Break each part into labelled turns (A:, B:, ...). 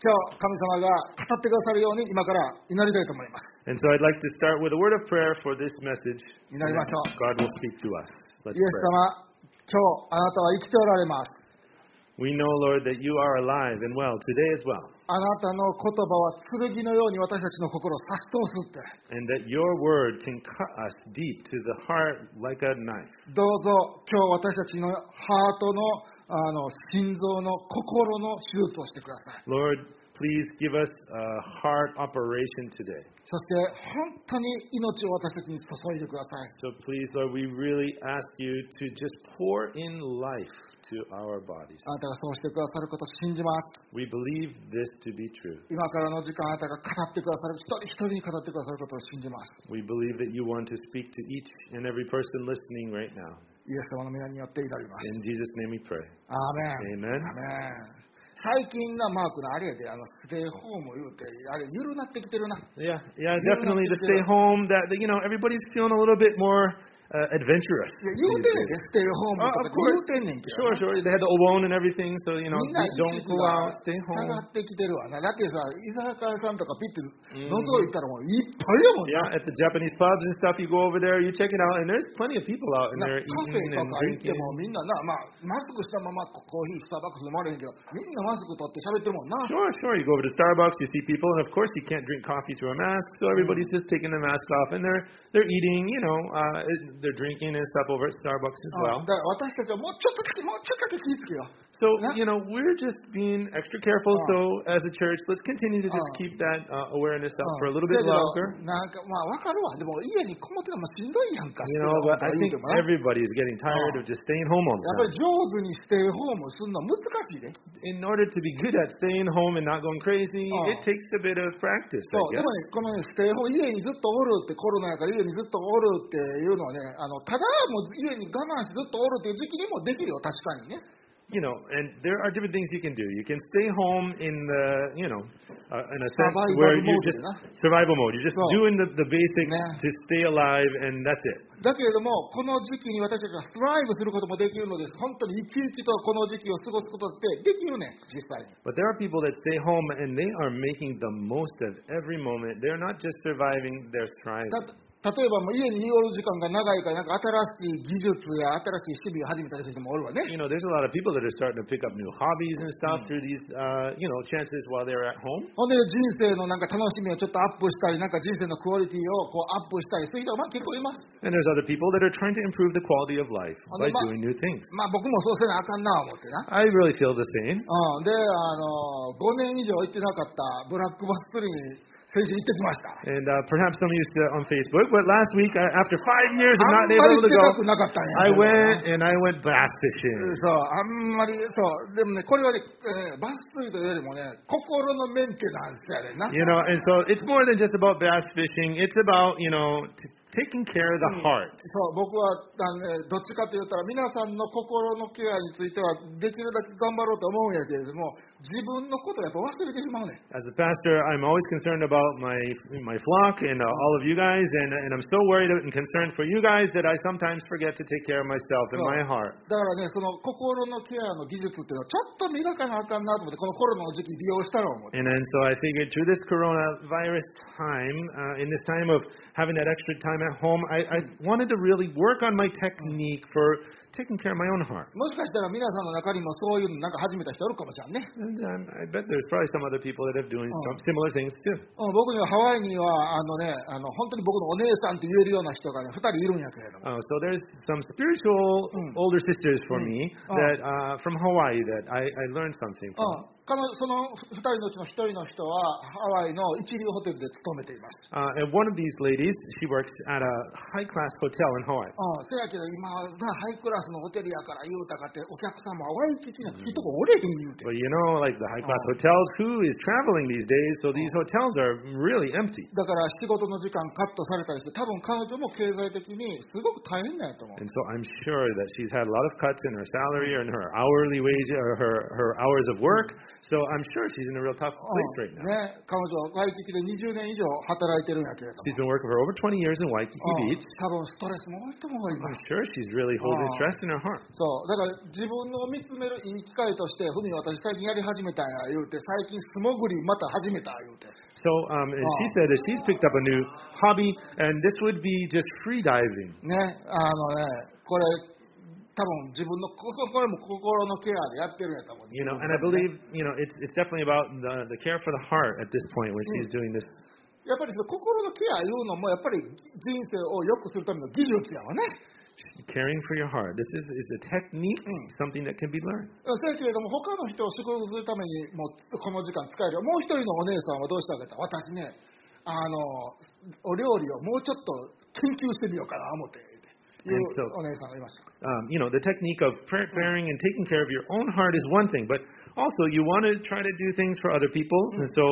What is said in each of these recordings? A: 今日神様が語ってくださるように今から祈りたいと思います
B: And so I'd like to start with a word of prayer for this message. and
A: 祈り
B: then
A: ましょう。
B: God will speak to us.
A: イエス
B: Let's pray.
A: 様今日あなたは生きておられます
B: We know, Lord, that you are alive and well today as well,
A: あなたの言葉は剣のように私たちの心を刺し通すって
B: and that your word can cut us deep to the heart like a knife.
A: どうぞ今日私たちのハートのあの心臓の心の手術をしてください
B: Lord, please give us a heart operation today.
A: そして本当に命を私たちに注いでください
B: So please, Lord, we really ask you to just pour in life to our bodies.
A: あなたがそうしてくださることを信じます
B: We believe this to be true.
A: 今からの時間あなたが語ってくださる一人一人に語ってくださることを信じます
B: We believe that you want to speak to each and every person listening right now.
A: イエス様の皆によって祈ります
B: In Jesus' name we pray.
A: アーメンア
B: Amen.
A: ーメン最近なマークのあれやであのステイホーム言うてあれ緩なってきてるな
B: Yeah, yeah,
A: not
B: definitely the
A: just
B: stay
A: a-
B: home. That that, you know, everybody's feeling a little bit more uh, adventurous.
A: いや言うてんねんでステイ
B: these days.
A: ホーム
B: Uh,
A: とか
B: of course,
A: 言うてんねんけど
B: sure, sure. They had the Obon and everything, so you know,
A: みんな意
B: don't
A: 識
B: go
A: が
B: out, stay
A: 下
B: home.
A: がってきてるわな。だってさ、居酒屋さんとかピッて覗
B: ん
A: いたらもういっぱいやもんな。
B: Yeah, at the Japanese pubs and stuff, you go over there, you check it out, and there's plenty of people out, and
A: なカフ
B: they're
A: ェ
B: eating
A: とか
B: and
A: 行って
B: drinking.
A: もみんなな、まあ、マスクしたままコーヒー、スターバックス飲まれへんけど、みんなマスク取って喋ってるもんな。
B: Sure, sure. You go over to Starbucks, you see people, and of course you can't drink coffee through a mask, so everybody's just taking their mask off, and they're they're eating, you know, uh, they're drinking and stuff over at Starbucks as
A: う
B: well.
A: んだから私たちはもうちょっとだけ、もうちょっとだけ気ぃつけよう。
B: So
A: Yeah. Oh.
B: you know, we're just being extra careful. So as a church, let's continue to just
A: Uh.
B: keep that uh, awareness up
A: う
B: for a
A: ん
B: little bit
A: せやけど
B: longer.
A: なんか、まあわかるわ。でも家にこもってたらもうしんどいやんか。
B: You know, but I
A: そういう
B: think
A: こと言うてもな
B: everybody is getting tired
A: Uh.
B: of just staying home all
A: やっぱり上手にステイ
B: the time.
A: ホームするのは難しいね。
B: In order to be good at staying home and not going crazy,
A: Uh.
B: it takes a bit of practice.
A: そう
B: I
A: で
B: guess.
A: もね、このね、ステイホーム、家にずっとおるって、コロナやから家にずっとおるっていうのはね、あのただもう家に我慢してずっとおるっていう時期にもできるよ、確かにね。
B: you know, and there are different things you can do. You can stay home in the, you know, uh, in a sense
A: Survival
B: where you
A: mode,
B: just
A: yeah.
B: survival mode. You're just
A: So-
B: doing the, the basics
A: Yeah.
B: to stay alive, and that's it.
A: だけれども、この時期に私たちがスライブすることもできるのです。本当に生き生きとこの時期を過ごすことってできるね、実際に。
B: But there are people that stay home and they are making the most of every moment. They're not just surviving; they're thriving.
A: た例えばもう家にいる時間が長いから、なんか新しい技術や新しい趣味を始めたりする人もおるわね。
B: You know, there's a lot of people that are starting to pick up new hobbies and
A: Mm.
B: stuff through these, uh, you know, chances while they're at home.
A: ほんで人生のなんか楽しみをちょっとアップしたり、なんか人生のクオリティをこうアップしたりする人がまあ結構います。
B: And there's other people that are trying to improve the quality of life
A: On
B: by
A: the mo-
B: doing new things.
A: まあ僕もそうせなあかんな思ってな。
B: I really feel the same.
A: うん、で、あの、5年以上行ってなかったブラックバス釣りに先週行ってきました。
B: And uh, perhaps some of you saw on Facebook, but last week, I, after five years of
A: あん
B: not being
A: まり行
B: able to
A: き
B: go,
A: たくなかったん
B: I
A: や。
B: went and I went bass
A: うん
B: fishing.
A: そう、あんまり、そう、でもね、これはね、えーバス釣りというよりもね、心のメンテナンスやねんな。
B: You know, and so it's more than just about bass fishing. It's about you know t- taking care of
A: Mm.
B: the heart.
A: そう、僕はあの、ね、どっちかと言ったら、皆さんの心のケアについては、できるだけ頑張ろうと思うんやけれども、自分のことをやっぱ忘れてしまうねん。
B: As a pastor, I'm always concerned about my my flock and uh, all of you guys, and and I'm so worried and concerned for you guys that I sometimes forget to take care of myself and
A: Well-
B: my heart.
A: だからね、その心のケアの技術っていうのは、ちょっと磨かなあかんなと思って、このコロナの時期利用したのを思って。
B: And then so I figured through this coronavirus time, uh, in this time of having that extra time at home, I, I wanted to really work on my technique for taking care of my own heart.
A: もしかしたら皆さんの中にもそういうのなんか始めた人おるかもしれんね。
B: And um, I bet there's probably some other people that have doing
A: Oh.
B: some similar things too.
A: うん、僕にはハワイには、あのね、あの本当に僕のお姉さんって言えるような人がね、2人いるんやけれども。
B: Uh, so there's some spiritual
A: Mm.
B: older sisters for
A: Mm.
B: me
A: Oh.
B: that uh, from Hawaii that I, I learned something
A: う
B: from.
A: ん、彼女その2人のうちの1人の人は、ハワイの一流ホテルで勤めています。
B: Uh, and one of these ladies, she works at a high class hotel in Hawaii.
A: うん、せやけど今はハイクラスのホテルやから言うたかって、お客様はワイキキなんかいいとこおれへん言うて。
B: But you know, like the high class
A: Oh.
B: hotels, who is traveling these days? So these hotels are really empty.
A: だから仕事の時間カットされたりして、多分彼女も経済的にすごく大変なんやと思う。
B: And so I'm sure that she's had a lot of cuts in her salary or in her hourly wage or her, her hours of work. So I'm sure she's in a real tough place right
A: うん
B: now.
A: ね、彼女は外敵で20年以上働いてるんやけれど
B: She's been working for over 20 years in Waikiki
A: も、うん
B: Beach.
A: 多分ストレスも多いと思います
B: I'm sure she's really holding
A: Oh.
B: stress in her heart.
A: そうだから自分の見つめるいい機会として、ふみ私最近やり始めたんや言うて、最近素潜りまた始めた言うて、
B: So um, and she
A: Oh.
B: said that she's picked up a new hobby, and this would be just free diving.
A: ね、あのね、これ、多分自分のこここれも心のケアでやってるんやと思う。
B: You know, and I believe you know it's it's definitely about the, the care for the heart at this point when she's doing this.
A: やっぱりその心のケアいうのも、やっぱり人生を良くするための技術やわね。
B: Caring for your heart. This is is a technique,
A: Mm.
B: something that can be learned.
A: うんそやけれども、他の人を祝福するために、もうこの時間使えるよ。もう一人のお姉さんはどうしたかというと私ね、あの、お料理をもうちょっと研究してみようかな、思って。いう
B: うんそう
A: お姉さんがいました。
B: Um, you know, the technique of prayer bearing and taking care of your own heart is one thing, but also you want to try to do things for other people. And so,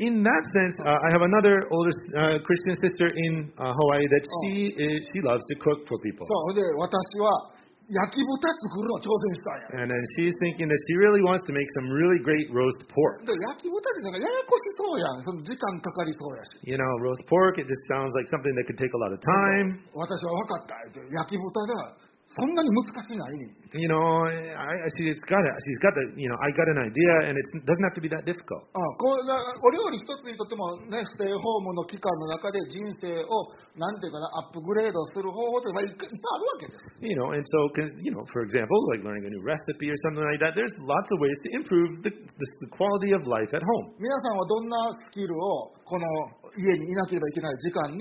B: in that sense, uh, I have another older uh, Christian sister in uh, Hawaii that she is, she loves to cook for people.
A: そう、で、私は焼き豚作るの挑戦したんや。
B: And then she's thinking that she really wants to make some really great roast pork.
A: で焼き豚ってなんかややこしそうやん。その時間かかりそうやし。
B: You know, roast pork, it just sounds like something that could take a lot of time.
A: 私は分かった。言うて焼き豚がそんなに難しない。
B: You know, I, I- she's got it. She's got the, you know, I got an idea and it doesn't have to be that difficult.
A: あこうなお料理一つにとってもね、ステイホームの期間の中で人生を、なんていうかな、アップグレードする方法って、まあ、いっぱいあるわけです。
B: You know, and so, 'cause, you know, for example, like learning a new recipe or something like that, there's lots of ways to improve the, the, the quality of life at home.
A: 皆さんはどんなスキルを、この家にいなければいけない時間に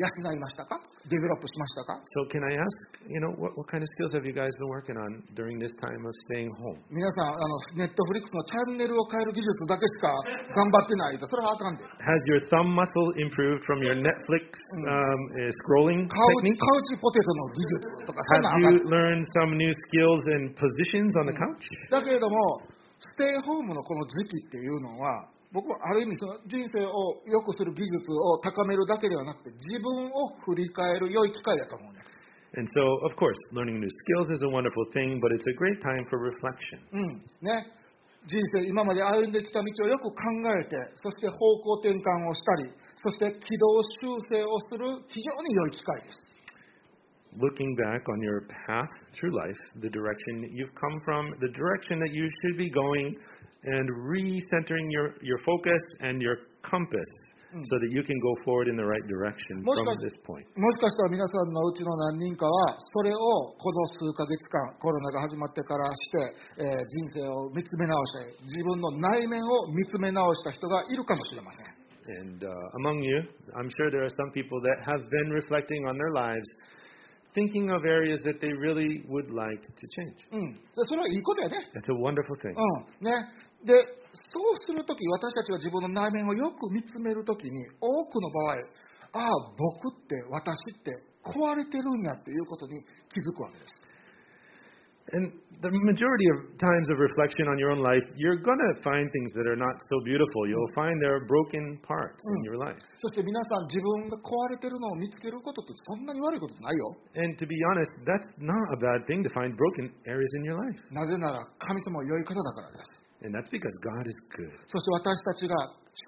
A: 養いましたかデベロップしましたか
B: So, can I ask, you know, what, what kind of skills have you guys been working on during this time of staying home?
A: 皆さん、あの、ネットフリックスのチャンネルを変える技術だけしか頑張ってないと、それはあかんで。
B: Has your thumb muscle improved from your Netflix um, uh, scrolling
A: カウチ
B: technique?
A: カウチポテトの技術とか、そん
B: Have
A: なんあか
B: you
A: ん
B: learned some new skills and positions on the couch?
A: だけれども、ステイホームのこの時期っていうのは、僕はある意味、その人生を良くする技術を高めるだけではなくて、自分を振り返る良い機会だと思うんです。
B: And so, of course, learning new skills is a wonderful thing, but it's a great time for reflection.
A: うん。ね。人生、今まで歩んできた道をよく考えて、そして方向転換をしたり、そして軌道修正をする非常に良い機会です。
B: Looking back on your path through life, the direction that you've come from, the direction that you should be going, and recentering your, your focus and your compass so that you can go forward in the right direction
A: Most like-
B: from this point.
A: もしかしたら皆さんのうちの何人かは、それをこの数ヶ月間、コロナが始まってからして、えー人生を見つめ直して、自分の内面を見つめ直した人がいるかもしれません。
B: And uh, among you, I'm sure there are some people that have been reflecting on their lives, thinking of areas that they really would like to change.
A: うん。でそれはいいことやね。
B: It's a wonderful
A: う
B: thing.
A: ん。ね。で、そうするとき、私たちは自分の内面をよく見つめるときに、多くの場合、ああ、僕って、私って、壊れてるんやっていうことに気づくわけです。
B: And the majority of times of reflection on your own life, you're going to find things that are not so beautiful. You'll find there are broken parts in your life.
A: そして皆さん、自分が壊れてるのを見つけることってそんなに悪いことじゃないよ。
B: And to be honest, that's not a bad thing to find broken areas in your life.
A: なぜなら神様は良い方だからです。
B: And that's because God is good.
A: そして私たちが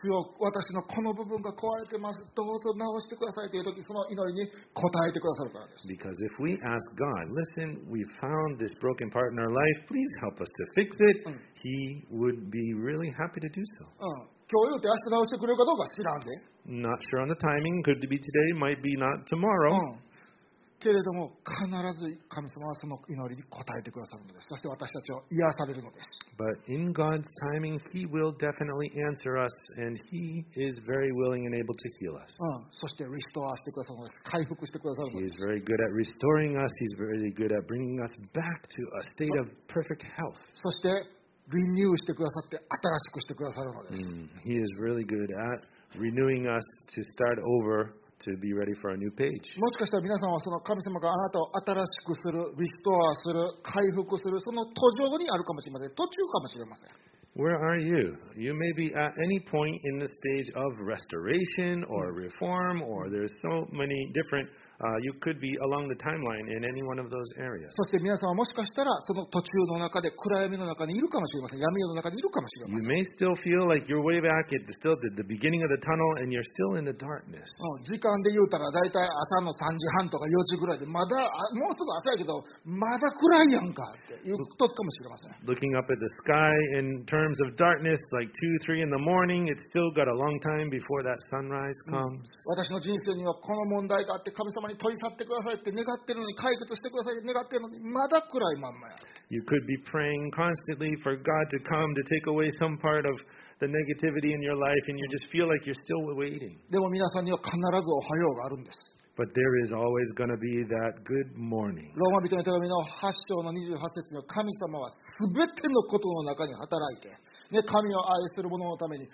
A: 主を私のこの部分が壊れてます、どうぞ直してくださいという時その祈りに応えてくださるからです。
B: Because if we ask God, listen, we found this broken part in our life, please help us to fix it,
A: Mm.
B: He would be really happy to do so.
A: うん、今日言うて明日直してくれるかどうか知らんで、
B: Not sure on the timing. Could be today, might be not tomorrow.
A: うん、けれども必ず神様はその祈りに応えてくださるのです。そして私たちを癒されるのです。
B: But in God's timing, He will definitely answer us, and He is very willing and able to heal us.
A: うん、そしてリストアしてくださるのです。回復してくださるの
B: He
A: です。
B: is very good at restoring us, He's very good at bringing us back to a state of perfect health.
A: そしてリニューしてくださって新しくしてくださるのです。
B: Mm, He is really good at renewing us to start over, to be ready for a new page.
A: もしかしたら皆さんはその神様があなたを新しくする、リストアする、回復する、その途上にあるかもしれません。途中かもしれません。
B: Where are you? You may be at any point in the stage of restoration or reform, or there's so many different uh, you could be along the timeline in any one of those areas.
A: そして皆さんはもしかしたらその途中の中で暗闇の中にいるかもしれません。闇夜の中にいるかもしれません。
B: You may still feel like you're way back at the, still at the beginning of the tunnel and you're still in the darkness.
A: そう時間で言うたら大体朝の3時半とか4時ぐらいでまだあもうすぐ朝やけどまだ暗いやんかっていうことかもしれません
B: Looking up at the sky in terms of darkness, like 2, 3 in the morning, it's still got a long time before that sunrise comes.
A: 私の人生にはこの問題があって神様に取り去ってくださいって願ってるのに解決してくださいって願ってるのにまだ暗いまんまや
B: You could be praying constantly for God to come to take away some part of the negativity in your life, and you just feel like you're still waiting.
A: でも皆さんには必ずおはようがあるんです
B: But there is always going to be that good morning.
A: ローマ人の手紙の8章の28節には神様は全てのことの中に働いて、ね、神を愛する者のために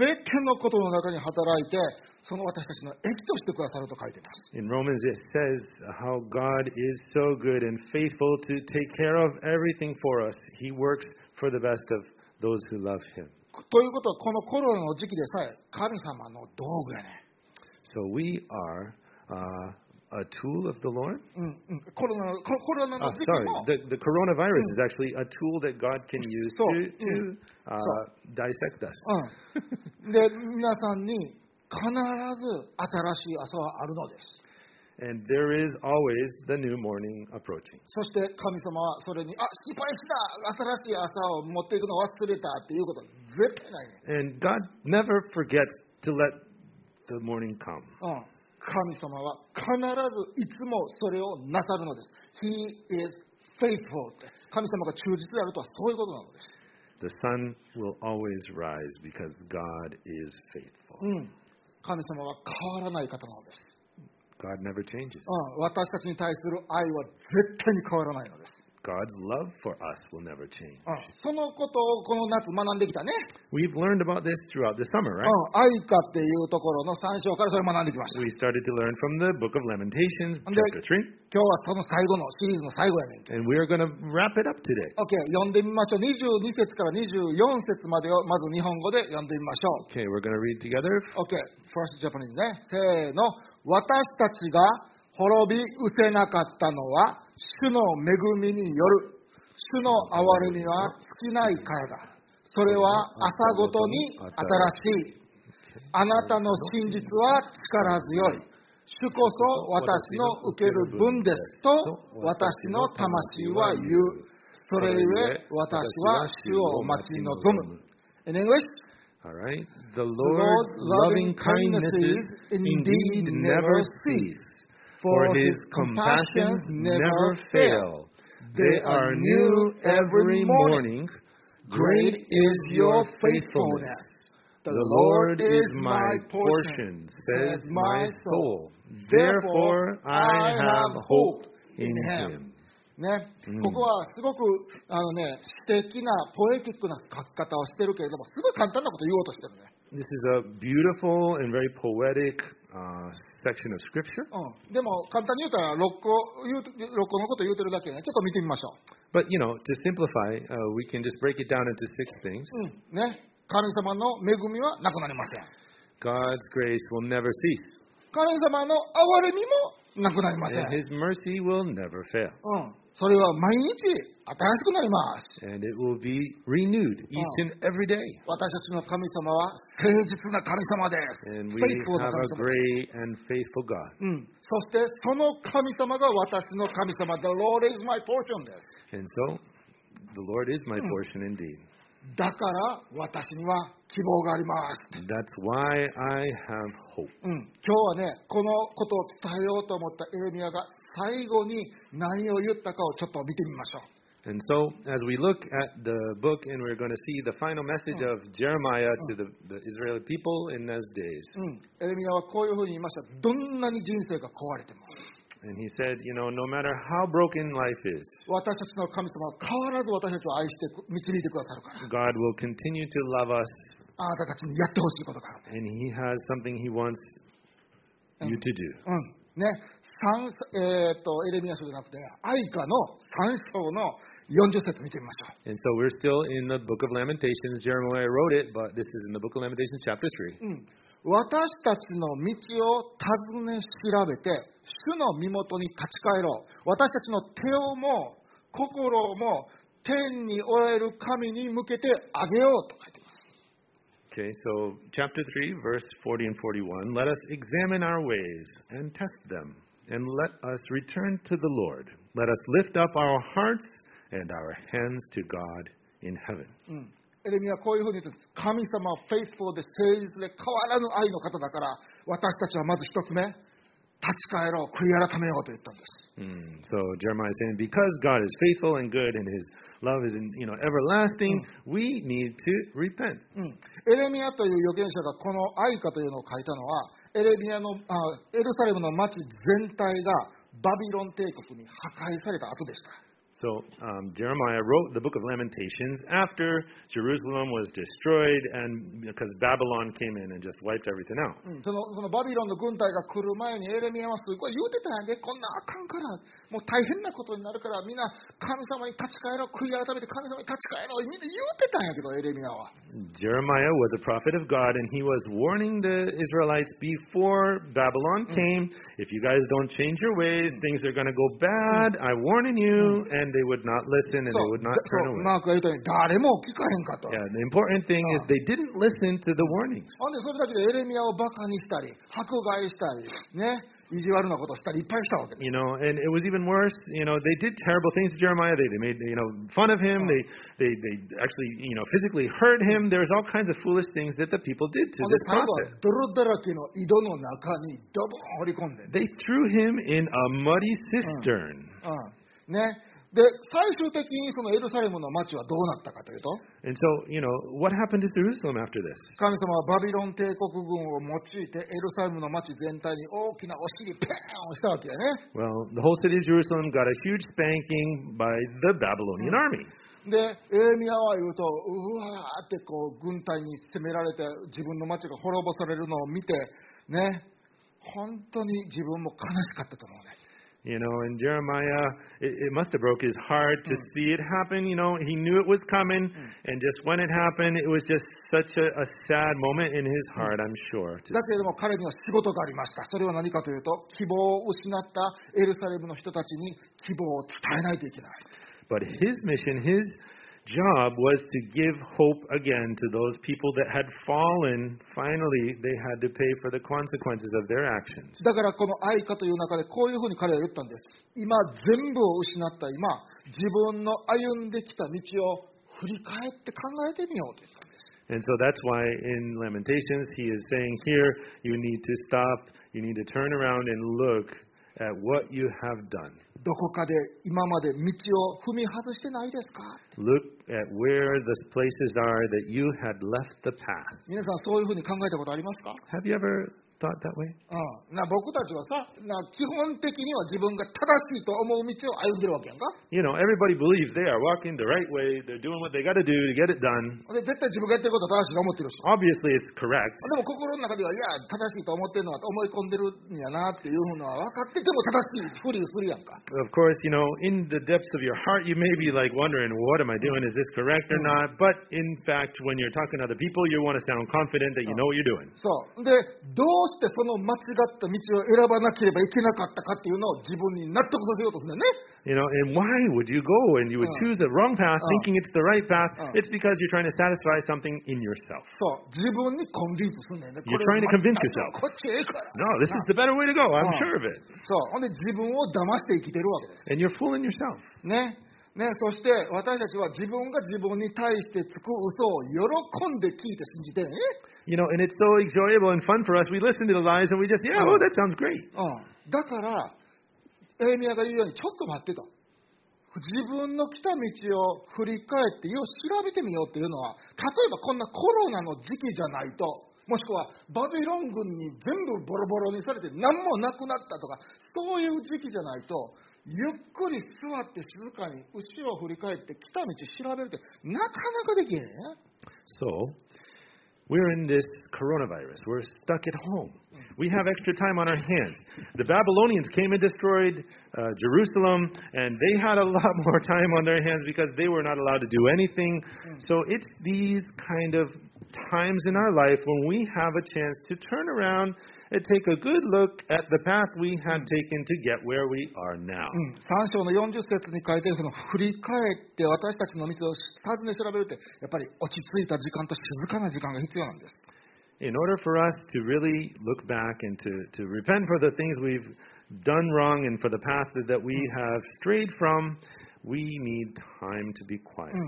A: 全てのことの中に働いてその私たちの益としてくださると書いています
B: In Romans, it says how God is so good and faithful to take care of everything for us. He works for the best of those who love Him.
A: ということは、このコロナの時期でさえ、神様の道具やね。
B: So we are uh, a tool of the Lord.
A: うんうん、コロナのココロナ
B: Ah,
A: の時期
B: sorry,
A: も、
B: the, the coronavirus is actually a tool that God can use
A: So,
B: to, to uh, dissect us.
A: うん、で皆さんに必ず新しい朝はあるのです。
B: And there is always the new morning approaching.
A: そして神様はそれに、あ失敗した、新しい朝を持っていくの忘れたっていうことは絶対ないね。
B: And God never forgets to let the morning come.
A: うん神様は必ずいつもそれをなさるのです。He is faithful って。神様が忠実であるとはそういうことなのです。
B: The sun will always rise because God is faithful.
A: うん、神様は変わらない方なのです。
B: God never changes.
A: うん、私たちに対する愛は絶対に変わらないのです、
B: God's love for us will never change.
A: うん、そのことをこの夏学んできたね、
B: We've learned about this throughout the summer,
A: う
B: right?
A: ん、愛かっていうところの3章からそれ学んできました
B: We started to learn from the book of Lamentations,
A: And
B: chapter 3,
A: 今日はその最後のシリーズの最後やねん
B: and we are going to wrap it up today.
A: OK 読んでみましょう22節から24節までをまず日本語で読んでみましょう
B: Okay, we're going to read together.
A: OK First Japanese ねせーの私たちが滅び失せなかったのは主の恵みによる主の憐れみは尽きないからだそれは朝ごとに新しいあなたの真実は力強い主こそ私の受ける分ですと私の魂は言うそれゆえ私は主を待ち望む In English
B: All right. The
A: Lord's
B: Lord's
A: loving
B: loving kindnesses
A: kindnesses
B: indeed
A: indeed
B: never
A: never
B: cease,
A: for
B: for his
A: his compassions
B: compassions never
A: never
B: fail.
A: They
B: They are
A: are
B: new
A: new every
B: every
A: morning.
B: morning. Great is your faithfulness.
A: The
B: The Lord is my portion, says my soul. Therefore I have hope in him.
A: ね
B: うん、
A: ここはすごくあの、ね、詩的なポエティックな書き方をしてるけれども、すごい簡単なこと言おうとしてるね。
B: This is a beautiful and very poetic uh, section of scripture.
A: うん、でも、簡単に言うたら6個、言う六個のこと言うてるだけね、ちょっと見てみましょ
B: But, you know, to simplify, uh, we can just break it down into six things.
A: う。うんね、神様の恵みはなくなりません。
B: God's grace will never cease,
A: 神様の憐れみもなくなりません。
B: and His mercy will never fail,
A: うん、それは毎日新しくなります。
B: and it will be renewed each and every day.
A: 私たちの神様は誠実な神様です。
B: And
A: フ
B: we
A: ェイスフォーな
B: have
A: 神様で
B: a
A: す。
B: great and faithful God.
A: うん、そしてその神様が私の神様、The Lord is my portion です。
B: And so, the Lord is my portion indeed.
A: だから私には希望があります。
B: That's why I have hope.
A: うん、今日はね、このことを伝えようと思ったエレミアが最後に何を言ったかをちょっと見てみましょう。
B: And so, as we look at the book, and we're going to see the final message of Jeremiah to the, the Israeli people in those days.
A: うん、エレミアはこういうふうに言いました。どんなに人生が壊れても、
B: And he said, You know, no matter how broken life is,
A: 私たちの神様は変わらず私たちを愛してく導いてくださるから、
B: God will continue to love us,
A: あなたたちにやってほしいことがある。
B: and He has something He wants you to do.
A: うん。ね、三えー、とエレミア書じゃなくて、愛歌の3章の、 40節見てみましょう。
B: And so we're still in the book of Lamentations. Jeremiah wrote it, but this is in the book of Lamentations, chapter
A: う
B: 3.
A: ん私たちの道を尋ね調べて、主の身元に立ち返ろう。私たちの手をも心も天におられる神に向けてあげようと書いてます。
B: Okay, so chapter 3, verse 40 and 41. Let us examine our ways and test them, and let us return to the Lord. Let us lift up our hearts and our hands to God in heaven.
A: うんエレミはこういうふうに言ってます。神様はフェイスフルで誠実で変わらぬ愛の方だから、私たちはまず一つ目、立ち返ろう、悔い改めようと言ったんです。
B: Mm, so Jeremiah is saying, because God is faithful and good, and His love is you know everlasting, we need to repent.
A: うん、エレミアという預言者がこの愛歌というのを書いたのはエレミアのあエルサレムの町全体がバビロン帝国に破壊された後でした
B: So um, Jeremiah wrote the book of Lamentations after Jerusalem was destroyed, and because Babylon came in and just wiped everything out.
A: うん、そのそのバビロンの軍隊が来る前にエレミアはすごい言うてたんやでこんなあかんからもう大変なことになるからみんな神様に立ち返ろう悔い改めて神様に立ち返ろうみんな言うてたんやけどエレミアは
B: Jeremiah was a prophet of God, and he was warning the Israelites before Babylon came if you guys don't change your ways, things are going to go bad. I'm warning you. And they would not listen and
A: そう
B: they would
A: だ
B: not
A: そ
B: turn
A: う
B: away.
A: マークが言うたように誰も聞かへんかと
B: Yeah, the important thing is they didn't listen to the warnings.
A: ほんでそれだけでエレミアをバカにしたり迫害したりね意地悪なことしたりいっぱいしたわけです
B: You know, and it was even worse. You know, they did terrible things to Jeremiah. They, they made you know fun of him. They, they they actually you know physically hurt him. There was all kinds of foolish things that the people did to
A: ほんで
B: this
A: 最後は
B: prophet.
A: 泥だらけの井戸の中にドボン放り込んで、
B: They threw him in a muddy cistern.
A: うんね、で最終的にそのエルサレムの町はどうなったかというと
B: And so, you know, what happened to Jerusalem after this?
A: 神様はバビロン帝国軍を用いてエルサレムの町全体に大きなお尻ペーンをしたわけやね
B: Well, the whole city of Jerusalem got a huge spanking by the Babylonian army.
A: でエレミアは言うとうわーってこう軍隊に攻められて自分の町が滅ぼされるのを見てね本当に自分も悲しかったと思うね
B: You know, and Jeremiah, it, it must have broke his heart to see it happen. You know, he knew it was coming, and just when it happened, it was just such a, a sad moment in his heart, I'm sure. To,
A: だけれども彼には仕事がありました。それは何かというと、希望を失ったエルサレムの人たちに希望を伝えないといけない。
B: but his mission, his job was to give hope again to those people that had fallen. Finally, they had to pay for the consequences of their actions.
A: だからこの愛歌という中でこういうふうに彼は言ったんです。今全部を失った今、自分の歩んできた道を振り返って考えてみようと言ったんです。
B: And so that's why in Lamentations he is saying here, you need to stop, you need to turn around and look at what you have done.
A: どこかで今まで道を踏み外してないですか
B: Look at where the places are that you had left the path.
A: 皆さんそういうふうに考えたことありますか
B: Have you ever thought that way?
A: うん。な僕たちはさな、基本的には自分が正しいと思う道を歩んでるわけやんか。
B: You know, everybody believes they are walking the right way, they're doing what they got to do to get it done.
A: で絶対自分がやってることは正しいと思ってるし。
B: Obviously, it's correct.
A: でも心の中では、いや、正しいと思ってるのはと思い込んでるんやなっていうのは分かってても正しいふりするやんか。
B: Of course, you know, in the depths of your heart, you may be like wondering, what am I doing? Is this correct or not? But in fact, when you're talking to other people, you want to sound confident that you know what you're doing.
A: そう。で、どうしてその間違った道を選ばなければいけなかったかっていうのを自分に納得させようとするんだよね。
B: You know, and why would you go and you would choose the wrong
A: Uh.
B: path thinking it's the right path?
A: Uh.
B: It's because you're trying to satisfy something in yourself.
A: そう。自分にコンビンスするんだよね。こ
B: You're
A: れ
B: trying to convince
A: 私はこっちへ行くから。
B: No, this is the better way to go. I'm
A: Uh.
B: sure of it.
A: そう。ほんで自分を騙して生きてるわけです。
B: And you're fooling yourself.
A: ね。ね、そして私たちは自分が自分に対してつく嘘を喜んで聞いて信じてんね。
B: You know, and it's so enjoyable and fun for us. We listen to the lies and we just, yeah,
A: Uh.
B: oh, that sounds great.
A: うん、だから、エレミアが言うように、ちょっと待ってと。自分の来た道を振り返って、よう調べてみようっていうのは、例えばこんなコロナの時期じゃないと、もしくはバビロン軍に全部ボロボロにされて何もなくなったとか、そういう時期じゃないと、ゆっくり座って静かに後ろを振り返って来た道調べるってなかなかできへんね。
B: So, we're in this coronavirus. We're stuck at home. We have extra time on our hands. The Babylonians came and destroyed uh, Jerusalem, and they had a lot more time on their hands because they were not allowed to do anything. So it's these kind of times in our life when we have a chance to turn around and take a good look at the path we had taken to get where we are now.
A: うん、3章の40節に書いてるその振り返って私たちの道を尋ね調べるってやっぱり落ち着いた時間と静かな時間が必要なんです。
B: in order for us to really look back and to, to repent for the things we've done wrong and for the path that- that we have strayed from, we need time to be quiet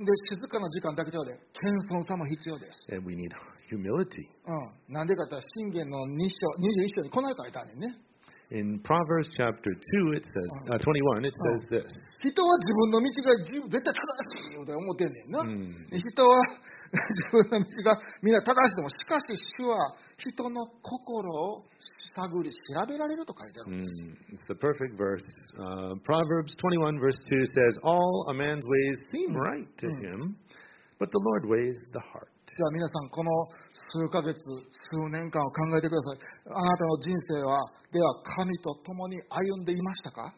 A: Mm. で静かな時間だけじゃなくて謙遜さも必要です。
B: and we need humility.
A: うん、なんでかって言ったら信玄の2章21章にこない書いたんねんね。
B: In Proverbs chapter 2, it says, uh, 21, it says this
A: 人は自分の道が自分絶対正しいって思ってんねんな。
B: ん
A: 人は 自分の道がみんな正しいともしかし主は人の心を探り調べられると書いてあるんで
B: mm,
A: す。
B: It's the perfect verse. Uh, Proverbs 21, verse 2 says, All a man's ways seem right to him, but the Lord weighs the heart.
A: じゃあ皆さん、この数ヶ月、数年間を考えてください。あなたの人生は、では神と共に歩んでいましたか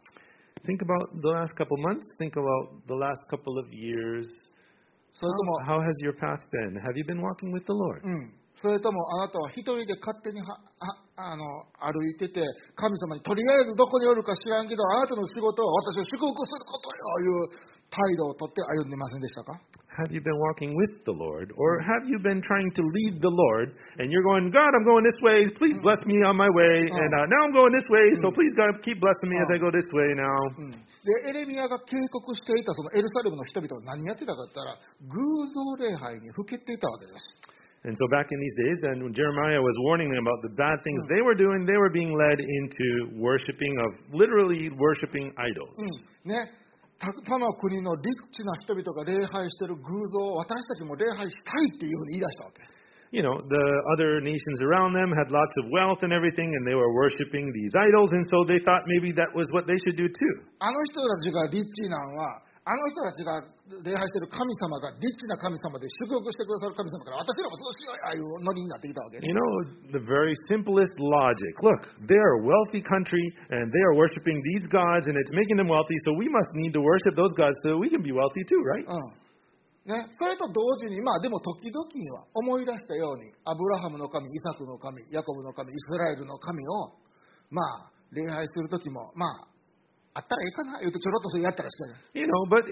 B: Think about the last couple months, think about the last couple of years.
A: それとも、
B: How has your path been? Have you been walking with the Lord?
A: うん。それともあなたは一人で勝手にはああの歩いてて、神様にとりあえずどこにおるか知らんけど、あなたの仕事は私を祝福することよいう態度をとって歩んでませんでしたか
B: Have you been walking with the Lord? Or have you been trying to lead the Lord and you're going, God, I'm going this way. Please bless me on my way. And uh, now I'm going this way. So please, God, keep blessing me as I go this way now.
A: で、エレミアが警告していたそのエルサレムの人々は何やってたかって言ったら、偶像礼拝にふけっていたわけです。
B: And so back in these days, then when Jeremiah was warning them about the bad things they were doing, they were being led into worshiping of literally worshiping idols.
A: うんね、た他の国のリッチな人々が礼拝してる偶像を私たちも礼拝したいっていうふうに言い出したわけ。
B: you know, the other nations around them had lots of wealth and everything, and they were worshiping these idols, and so they thought maybe that was what they should do too.
A: あの人たちがリッチなんは、あの人たちが礼拝してる神様がリッチな神様で祝福してくださる神様から私らもそうしようやああいうノリになってきたわけね。
B: You know, the very simplest logic. Look, they're a wealthy country, and they are worshiping these gods, and it's making them wealthy, so we must need to worship those gods so we can be wealthy too, right?
A: うんね、それと同時に、まあでも時々には思い出したように、アブラハムの神、イサクの神、ヤコブの神、イスラエルの神を、まあ礼拝する時も、まああったらいいかな言うてちょろっとそれやったらしてる。
B: You know, but it,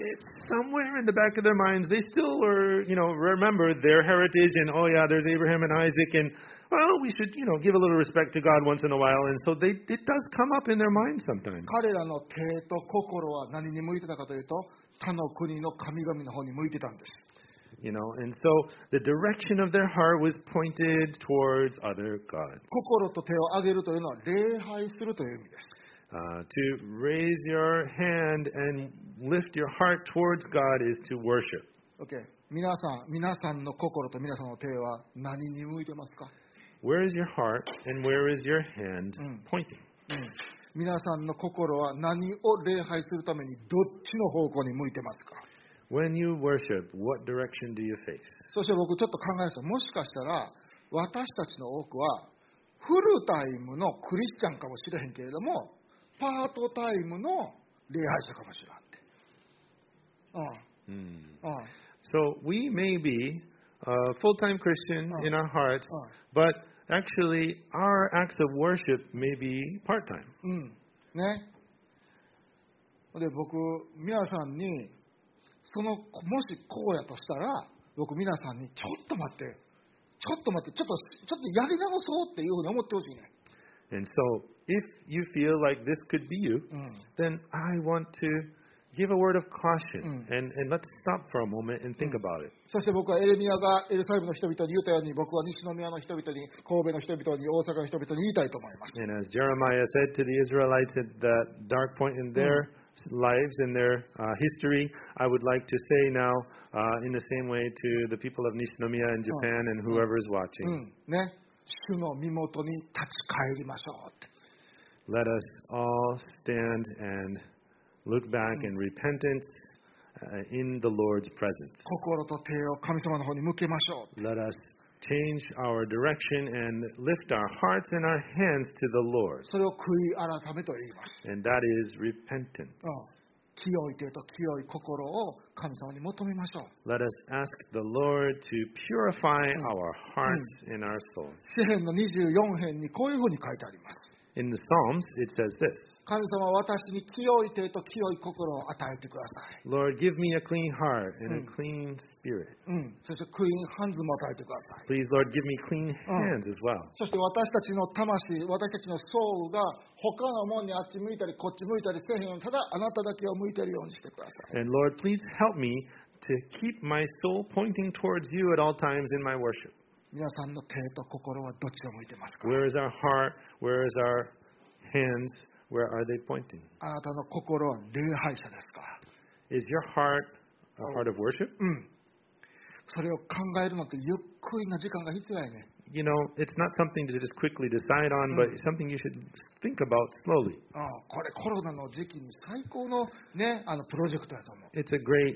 B: somewhere in the back of their minds, they still were, you know, remember their heritage and, oh yeah, there's Abraham and Isaac, and, well, we should, you know, give a little respect to God once in a while. And so they, it does come up in their mind sometimes.
A: 彼らの手と心は何に向いてたかというと他の国の神々の方に向いてたんです
B: You know, and so the direction of their heart was pointed towards other gods.
A: 心と手を挙げるというのは礼拝するという意味です
B: Uh, to raise your hand and lift your heart towards God is to worship.
A: OK 皆さん皆さんの心と皆さんの手は何に向いてますか、
B: Where is your heart and where is your hand
A: Mm.
B: pointing?
A: うん、皆さんの心は何を礼拝するためにどっちの方向に向いてますか
B: When you worship, what direction do you face?
A: そして僕ちょっと考えましたもしかしたら私たちの多くはフルタイムのクリスチャンかもしれへんけれどもパートタイムの礼拝者かもしれんって。う
B: Mm.
A: んうん
B: So we may be a full time Christian
A: Oh.
B: in our heart,
A: Oh.
B: but actually our acts of worship may be part time.
A: うん、ね。で、僕、皆さんに、その、もしこうやとしたら、僕、皆さんに、ちょっと待って、ちょっと待って、ちょっと、ちょっとやり直そうっていうふうに思ってほしいね。
B: And so, if you feel like this could be you,
A: Hmm.
B: then I want to give a word of caution and, and let's stop for a moment and think about it.
A: そして僕はエレミアがエルサレムの人々に言ったように、僕は西宮の人々に、神戸の人々に、大阪の人々に言いたいと思います。
B: And as Jeremiah said to the Israelites at that dark point in their lives and their uh, history, I would like to say now, uh, in the same way, to the people of Nishinomiya in Japan and whoever is
A: う
B: watching,
A: ん。ね。主の身元に立ち返りましょうって。
B: let us all stand and look back in repentance uh, in the Lord's presence.
A: 心と手を神様の方に向けましょう。
B: Let us change our direction and lift our hearts and our hands to the Lord.
A: それを悔い改めと言います。
B: And that is
A: う
B: repentance.
A: ん清い手と清い心を神様に求めましょう。
B: Let us ask the Lord to purify our hearts and our souls.
A: 詩篇の24編にこういうふうに書いてあります。
B: In the Psalms, it says this
A: 神様は私に清い手と清い心を与えてください。
B: Lord, give me a clean heart
A: Mm.
B: and a clean spirit.
A: うん、そしてクリーンハンズも与えてください。
B: Please, Lord, give me clean hands as well.
A: そして私たちの魂、私たちのソウルが他のもんにあっち向いたりこっち向いたりせえへんように、ただあなただけを向いてるようにしてください。
B: And Lord, please help me to keep my soul pointing towards you at all times in my worship.
A: 皆さんの手と心はどっちを向いてますか
B: Where is our heart? Where is our hands? Where are they pointing?
A: あなたの心は礼拝者ですか
B: Is your heart a heart of worship?
A: うん。それを考えるのってゆっくりな時間が必要やね。
B: You know, it's not something to just quickly decide on, but it's something you should think about slowly.
A: ああこれコロナの時期に最高のね、あのプロジェクトやと思う。
B: It's a great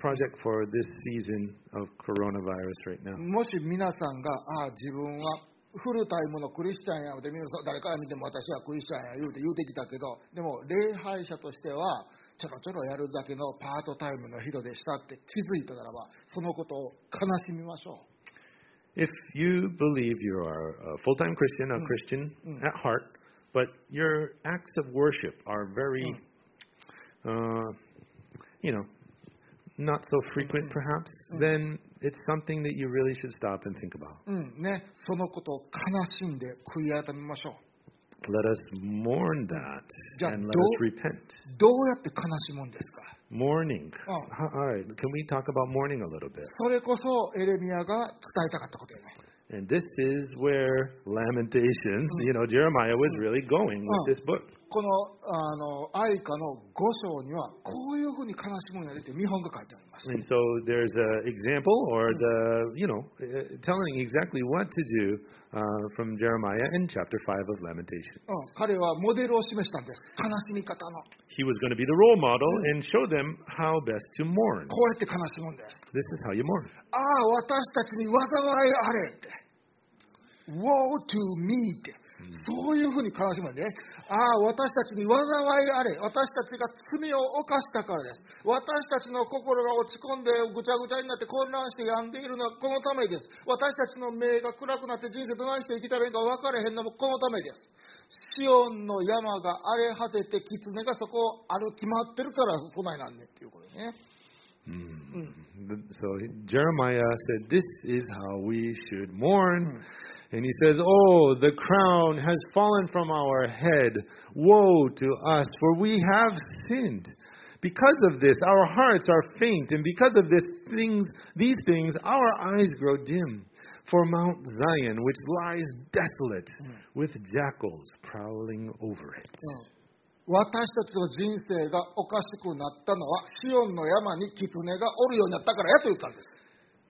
B: project for this season of coronavirus right now.
A: もし皆さんが、ああ、自分はフルタイムのクリスチャンやで、皆さん誰から見ても私はクリスチャンや言うて言うてきたけど、でも礼拝者としては、ちょろちょろやるだけのパートタイムの人でしたって気づいたならば、そのことを悲しみましょ
B: If you believe you are a full time Christian, a Christian
A: Mm.
B: at heart, but your acts of worship are very,
A: Mm.
B: uh, you know, not so frequent
A: Mm-hmm.
B: perhaps,
A: Mm.
B: then it's something that you really should stop and think about.
A: う。うん、ね。そのことを悲しんで悔い改めましょう。
B: Let us mourn that
A: Ja,
B: and
A: do-
B: let us repent.
A: どうやって悲しむんですか
B: Mourning.
A: Oh.
B: Ha- All right, can we talk about mourning a little bit?
A: それこそエレミアが伝えたかったことやね。
B: And this is where Lamentations, you know, Jeremiah was really going
A: Oh.
B: with this book.
A: この、あの、愛歌の5章には、こういうふうに悲しむんやでって見本が書いてあります。
B: And so there's an example or the, you know, uh, telling exactly what to do uh, from Jeremiah in chapter 5 of Lamentation.
A: うん、彼はモデルを示したんです。悲しみ方の。
B: He was going to be the role model and show them how best to mourn.
A: こうやって悲しむんです。
B: This is how you mourn.
A: ああ、私たちに災いあれって。Woe to me って。そういうふうに悲しむんでね。ああ、私たちに災いあれ。私たちが罪を犯したからです。私たちの心が落ち込んでぐちゃぐちゃになって混乱して病んでいるのはこのためです。私たちの目が暗くなって人生どないして生きたらいいか分からへんのもこのためです。シオンの山が荒れ果てて、狐がそこを歩き回ってるからそないなんねんっていうことね。
B: Th- Mm. So Jeremiah said, This is how we should mourn. And he says, Oh, the crown has fallen from our head. Woe to us, for we have sinned. Because of this, our hearts are faint, and because of this things, these things, our eyes grow dim. For Mount Zion, which lies desolate, with jackals prowling over it.
A: 私たちの人生がおかしくなったのはシオンの山に狐がおるようになったからやと言ったんです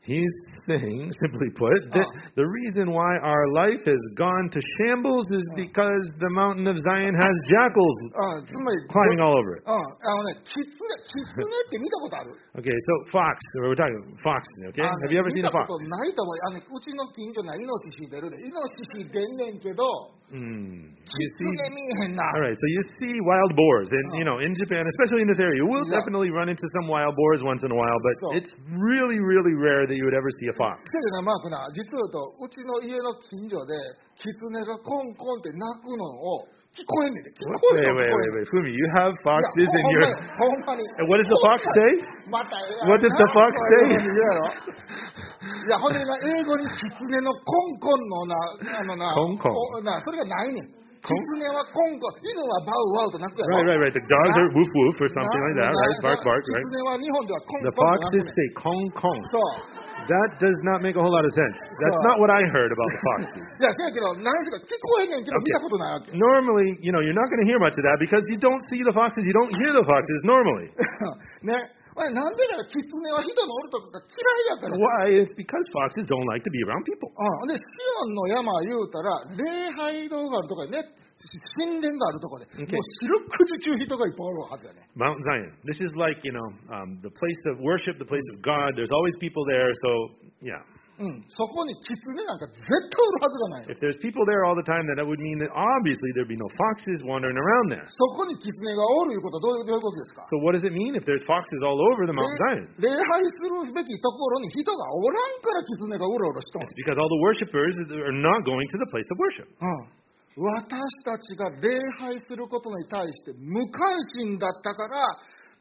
B: He's saying, simply put, that
A: Ah.
B: the reason why our life has gone to shambles is because the mountain of Zion has jackals
A: ああつまり
B: climbing all over it.
A: あああのね狐狐って見たことある
B: Okay, so fox, or we're talking fox, okay?
A: あの
B: Have you ever
A: 見た
B: seen a fox?
A: ことないと思うあのねうちの近所にはイノシシ出るでイノシシ出んねんけど
B: Mm. You
A: 狐
B: see,
A: 見えへんな
B: all right, so you see wild boars, and you know, in Japan, especially in this area, you will
A: Yeah.
B: definitely run into some wild boars once in a while,
A: So-
B: but it's really, really rare that you would ever see a fox.
A: せやなマークな実を言うとうちの家の近所で狐がコンコンって鳴くのを聞こえんねんで聞こ
B: Wait,
A: え
B: wait,
A: んねん
B: wait, wait, Fumi, you have foxes in
A: いや
B: your.
A: ほんまにほんまに
B: And what does the fox say?
A: またええやん
B: What does the fox
A: なんか言うやろいや、ほんでな、英語にキツネのコンコンのな、あのな、
B: コンコン
A: おなそれがないねん。キツネはコンコン、犬はバウワウと鳴くや
B: Right,
A: ろ。
B: right, right. The dogs are woof woof or
A: な
B: something like that,
A: な
B: right? Bark,
A: な
B: bark,
A: キ
B: right?
A: ツネは日本ではコン
B: The
A: コンと鳴くね
B: foxes
A: ん
B: say kong kong.
A: そう。
B: That does not make a whole lot of sense. That's
A: So-
B: not what I heard about the foxes.
A: いや、せやけど、何しか聞こえんねんけど、
B: Okay.
A: 見たことないわけ。
B: Normally, you know, you're not going to hear much of that because you don't see the foxes, you don't hear the foxes normally.
A: ね。あれなんでなら、キツネは人のおるとこが嫌いやから。
B: Why? It's because foxes don't like to be around people.
A: うん、で、シオンの山言うたら、礼拝堂があるとこでね、神殿があるとこで、
B: Okay.
A: もう四六時中人がいっぱいおるはずやね。
B: Mount Zion. This is like, you know, um, the place of worship, the place of God. There's always people there, so yeah.
A: うん、そこに狐なんか絶対おるはずがないよ
B: If there's people there all the time, then that would mean that obviously there'd be no foxes wandering around there.
A: そこに狐がおるいうことはどういうどういうことですか
B: So what does it mean if there's foxes all over the Mount Zion?
A: 礼礼拝するべきところに人がおらんから狐がうろうろしとん、
B: It's because all the worshipers are not going to the place of worship.
A: うん私たちが礼拝することに対して無関心だったから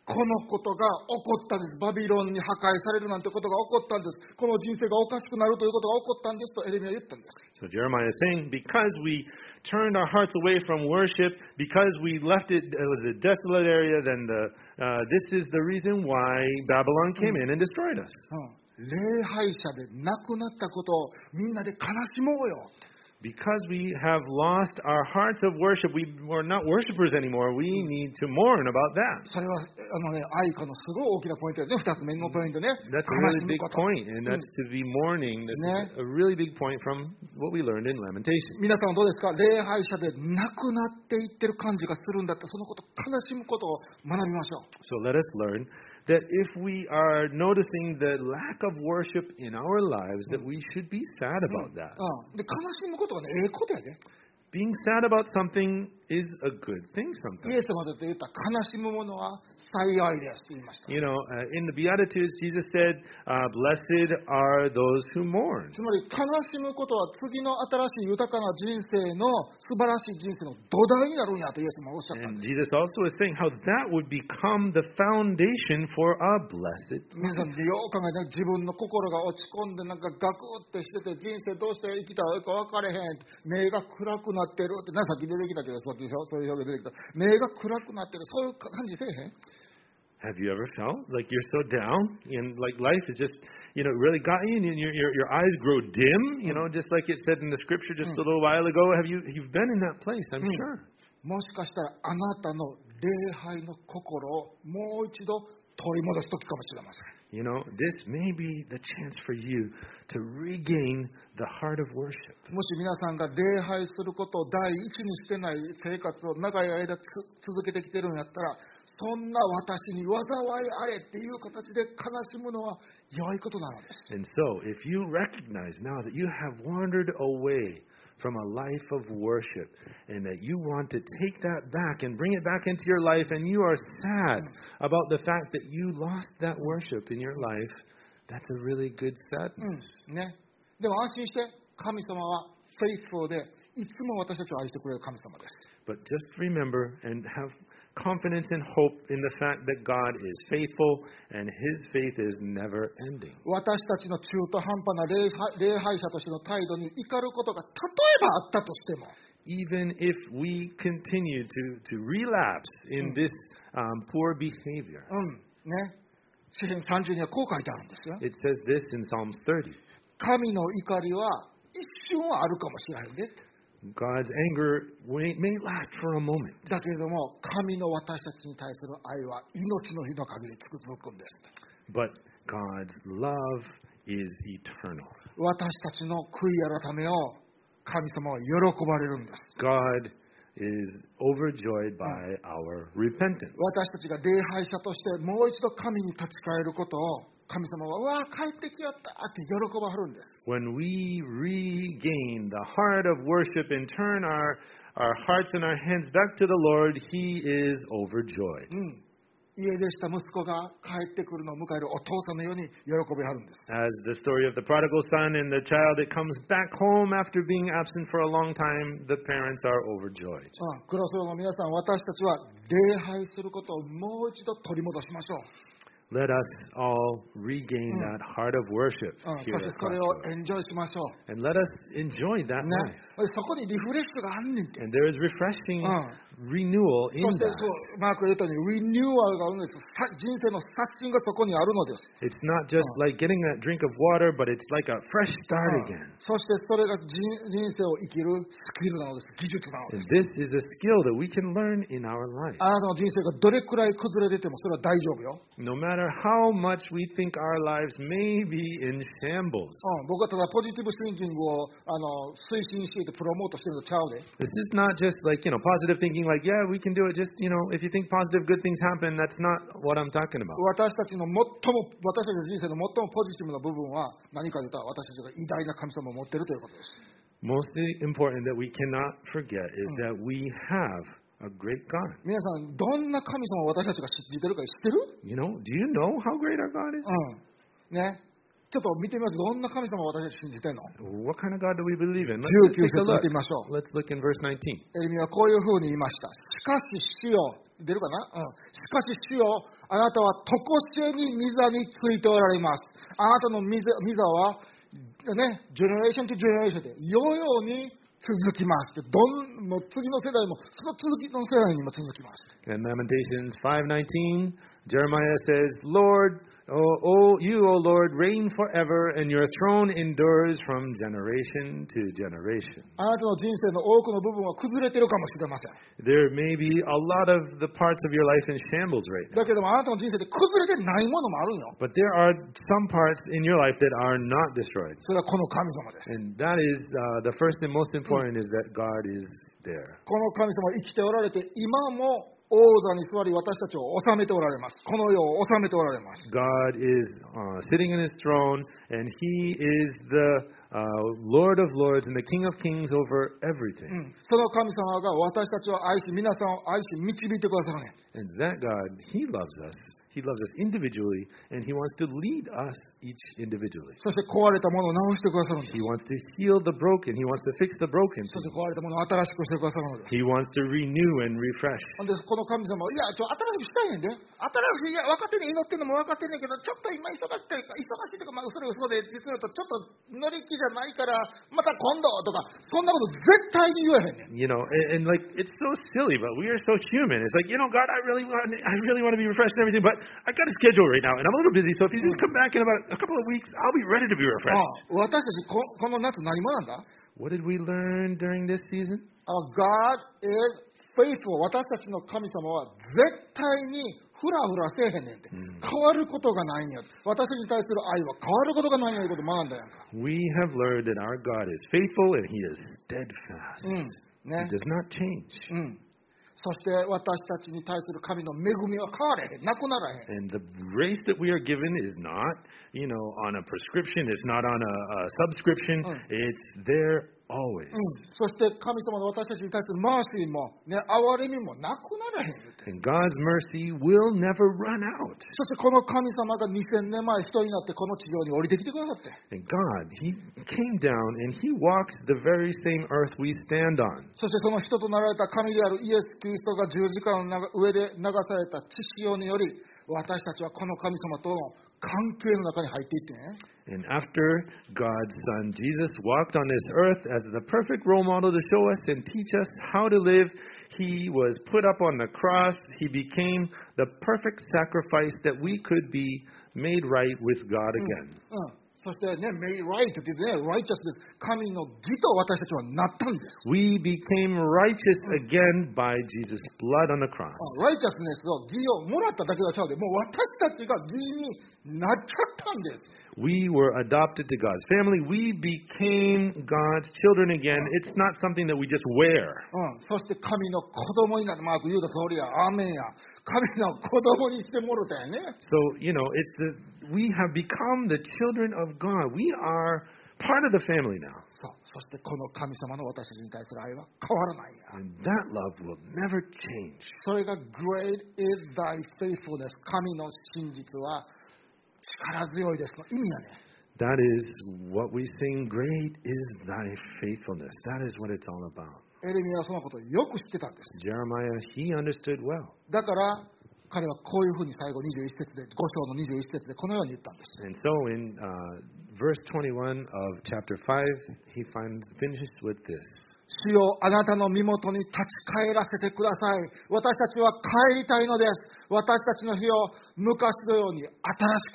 A: このことが起こったんですバビロンに破壊されるなんてことが起こったんですこの人生がおかしくなるということが起こったんですとエレミは言ったんです
B: So Jeremiah is saying, because we turned our hearts away from worship, because we left it, it was a desolate area, then the, uh, this is the reason why Babylon came in and destroyed us.
A: うん、礼拝者で亡くなったことをみんなで悲しもうよ。
B: Because we have lost our hearts of worship, we were not worshipers anymore. We need to mourn about that.
A: それはあの、ね、愛子のすごい大きなポイントですね。二つ目のポイントね。
B: That's a
A: 悲
B: really
A: しむ
B: big
A: こと。
B: point, and that's to be mourning. That's a really big point from what we learned in Lamentations.
A: 皆さんはどうですか礼拝者で亡くなっていってる感じがするんだったらそのこと悲しむことを学びましょう。
B: So let us learn that if we are noticing the lack of worship in our lives, that we should be sad about that.
A: うん、で悲しむことはね、ええことやで、
B: Being sad about something is a good thing sometimes.
A: イエス様だって言った悲しむ者は幸いですと言いました。
B: You know, uh, in the Beatitudes, Jesus said, uh, Blessed are those who mourn.
A: つまり悲しむことは次の新しい豊かな人生の素晴らしい人生の土台になるんやとイエス様はおっしゃったんです
B: And Jesus also is saying how that would become the foundation for a blessed.
A: 皆さんよう考えたら自分の心が落ち込んでなんかガクってしてて人生どうして生きたらいいか分かれへん目が暗くなってるってなんかさっき出てきたけどさっきそういう表現出てきた目が暗くなってるそういう感じせえへん
B: Have you ever felt like you're so down and like life is just, you know, really got you and your, your, your eyes grow dim, you know, just like it said in the scripture just a little while ago? Have you, you've been in that place, I'm sure.
A: もしかしたらあなたの礼拝の心をもう一度取り戻す時かもしれません
B: You know, this may be the chance for you to regain the heart of worship.
A: もし皆さんが礼拝することを第一にしてない生活を長い間つ続けてきてるんやったら、そんな私に災いあれっていう形で悲しむのは良いことなのです。
B: And so, if you recognize now that you have wandered away from a life of worship and that you want to take that back and bring it back into your life, and you are sad about the fact that you lost that worship in your life, that's a really good sadness.
A: うん、ね。でも安心して、神様はフェイスフォーで、いつも私たちを愛してくれる神様です。
B: But just remember and have confidence and hope in the fact that God is faithful and his faith is never ending.
A: 私たちの中途半端な礼拝礼拝者としての態度に怒ることが例えばあったとしても、
B: Even if we continue to, to relapse in this um, poor behavior.
A: うん、ね。詩篇30にはこう書いてあるんですよ。
B: It says this in Psalms 30.
A: 神の怒りは一瞬はあるかもしれないね。
B: God's anger may may last for a moment,
A: だけれども、神の私たちに対する愛は命の日の限り続くんです。
B: but God's love is eternal.
A: 私たちの悔い改めを神様は喜ばれるんです。
B: God is overjoyed by our repentance.
A: 私たちが礼拝者としてもう一度神に立ち返ることを神様は、うわあ、帰ってきやったって喜ばはるんです。
B: When we regain the heart of worship and turn our, our hearts and our hands back to the Lord, He is overjoyed.
A: うん。家出した息子が帰ってくるのを迎えるお父さんのように喜びはるんです。
B: As the story of the prodigal son and the child that comes back home after being absent for a long time, the parents are overjoyed.
A: うん、クロスローの皆さん、私たちは礼拝することをもう一度取り戻しましょう。
B: Let us all regain that heart of worship
A: うん、そ
B: here
A: して
B: at
A: それをエ
B: Crossroads.
A: ンジョイしましょう。
B: And let us enjoy that
A: ね
B: life.、
A: そこにリフレッシュがあんねんて。
B: And there is refreshing
A: Mm. そ
B: renewal in
A: して
B: that.
A: そう、マークが言ったように、リニューアルがあるんです。さ人生の刷新がそこにあるのです。
B: It's not just like getting that drink of water, but it's like a fresh start
A: うん
B: again.
A: そしてそれが人人生を生きるスキルなのです。技術なので
B: And
A: す。
B: this is a
A: Uh.
B: skill that we can learn in our life.
A: あなたの人生がどれくらい崩れててもそれは大丈夫よ。
B: No matter matter how much we think our lives may be in shambles.
A: うん、僕はただポジティブシンキングをあの推進していてプロモートしてるのちゃうで。
B: This is not just like, you know, positive thinking, like, yeah, we can do it. Just, you know, if you think positive, good things happen. That's not what I'm talking about.
A: 私たちの最も、私たちの人生の最もポジティブな部分は何かというと私たちが偉大な神様を持っているということです。
B: Most important that we cannot forget is that we have a great God.
A: 皆さん、どんな神様を私たちが信じてるか知ってる
B: You know, do you know how great our God
A: Oh.
B: is?
A: うん。ね。ちょっと見てみます。どんな神様を私たち信じてるの
B: What kind of God do we believe in?
A: 19
B: Let's, let's
A: 節
B: take a
A: 見
B: look.
A: てみましょう。
B: Let's look in verse 19.
A: エレミアはこういうふうに言いました。しかし主よ、出るかな、うん、しかし主よ、あなたはとこしえに御座についておられます。あなたの御座御座は、ね、ジェネレーションとジェネレーションで、世々に続きます。どんもう次の世代も、その続きの世代にも続きます。
B: And Lamentations 5:19, Jeremiah says, "Lord, oh, oh, you, O Lord, reign forever, and your throne endures from generation to generation."
A: あなたの人生の多くの部分は崩れてるかもしれません。
B: There may be a lot of the parts of your life in shambles right now,
A: だけども、あなたの人生で崩れてないものもあるんよ。
B: but there are some parts in your life that are not destroyed,
A: それはこの神様です。
B: and that is uh, the first and most important is that God is there.
A: この神様は生きておられて、今も王座に座り、私たちを治めておられます。この世を治めておられます。
B: God is uh, sitting in His throne, and He is the uh, Lord of Lords and the King of Kings over everything.
A: うんその神様が私たちを愛し、皆さんを愛し、導いてくださるね。
B: And that God, He loves us. He loves us individually, and He wants to lead us each individually.
A: そして壊れたものを直してくださるんです
B: He。wants to heal the broken. He wants to fix the broken.
A: そして
B: things.
A: 壊れたものを新しくしてくださるのです。
B: He wants to renew and refresh.
A: ほんで、この神様は、いや、ちょ、新しくしたいねんで。新しい、いや、分かってんねん、祈ってんのも分かってんねんけど、ちょっと今忙しくて、忙しいとか、まあ、それ嘘で、実は言うとちょっと乗り気じゃないから、また今度とか、そんなこと絶対に言えへんねん。
B: You know, and, and like it's so silly, but we are so human. It's like you know, God, I really want, I really want to be refreshed and everything, but I got a schedule right now, and I'm a little busy. So if you just come back in about a couple of weeks, I'll be ready to be
A: あ
B: refreshed.
A: あ私たちこ、この夏何もなんだ
B: What did we learn during this season?
A: Our God is faithful. 私たちの神様は絶対にフラフラせえへんねんって。変わることがないんや。私に対する愛は変わることがないんやいうことを学んだやんか。
B: We have learned that our God is faithful and He is steadfast.
A: うん。ね
B: He。does not change.
A: うん。そして私たちに対する神の恵みは変われへん。なくならへん。
B: And the grace that we are given is not, you know, on a prescription. It's not on a, a subscription.
A: Mm.
B: It's there always.
A: うん。そして神様の私たちに対するマーシーも、ね、憐れみもなくならへん言うて。
B: And God's mercy will never run out.
A: そしてこの神様が2000年前人になってこの地上に降りてきてくださって。
B: And God, He came down and He walked the very same earth we stand on.
A: そしてその人となられた神であるイエス・キリストが十字架の長上で流された血潮により、私たちはこの神様との関係の中に入っていってね。
B: And after God's Son Jesus walked on this earth as the perfect role model to show us and teach us how to live, He was put up on the cross. He became the perfect sacrifice that we could be made right with God again.
A: うん。そしてね、メイ・ライトって言ってね、ライチャスです。神の義と私たちはなったんです。
B: We became righteous again by Jesus' blood on the cross.
A: ライチャスネスを義をもらっただけはちゃうで、もう私たちが義になっちゃったんです。
B: We were adopted to God's family. We became God's children again. It's not something that we just wear.
A: うん、そして神の子供になる、マーク言うた通りや、アーメンや、神の子供にしてもろたよね。
B: So, you know, it's the we have become the children of God. We are part of the family now.
A: そう、そしてこの神様の私たちに対する愛は変わらないんや。
B: And that love will never change.
A: それが Great is thy faithfulness 神の真実は力強いですの意味やね
B: That is what we sing, great is thy faithfulness. That is what it's all about.
A: エレミアはそのことをよく知ってたんです
B: Jeremiah, he understood well.
A: だから彼はこういうふうに最後21節で5章の21節でこのように言ったんです
B: And so in uh, verse 21 of chapter 5, he finds, finishes with this.
A: 主よあなたの身元に立ち返らせてください私たちは帰りたいのです私たちの日を昔のように新し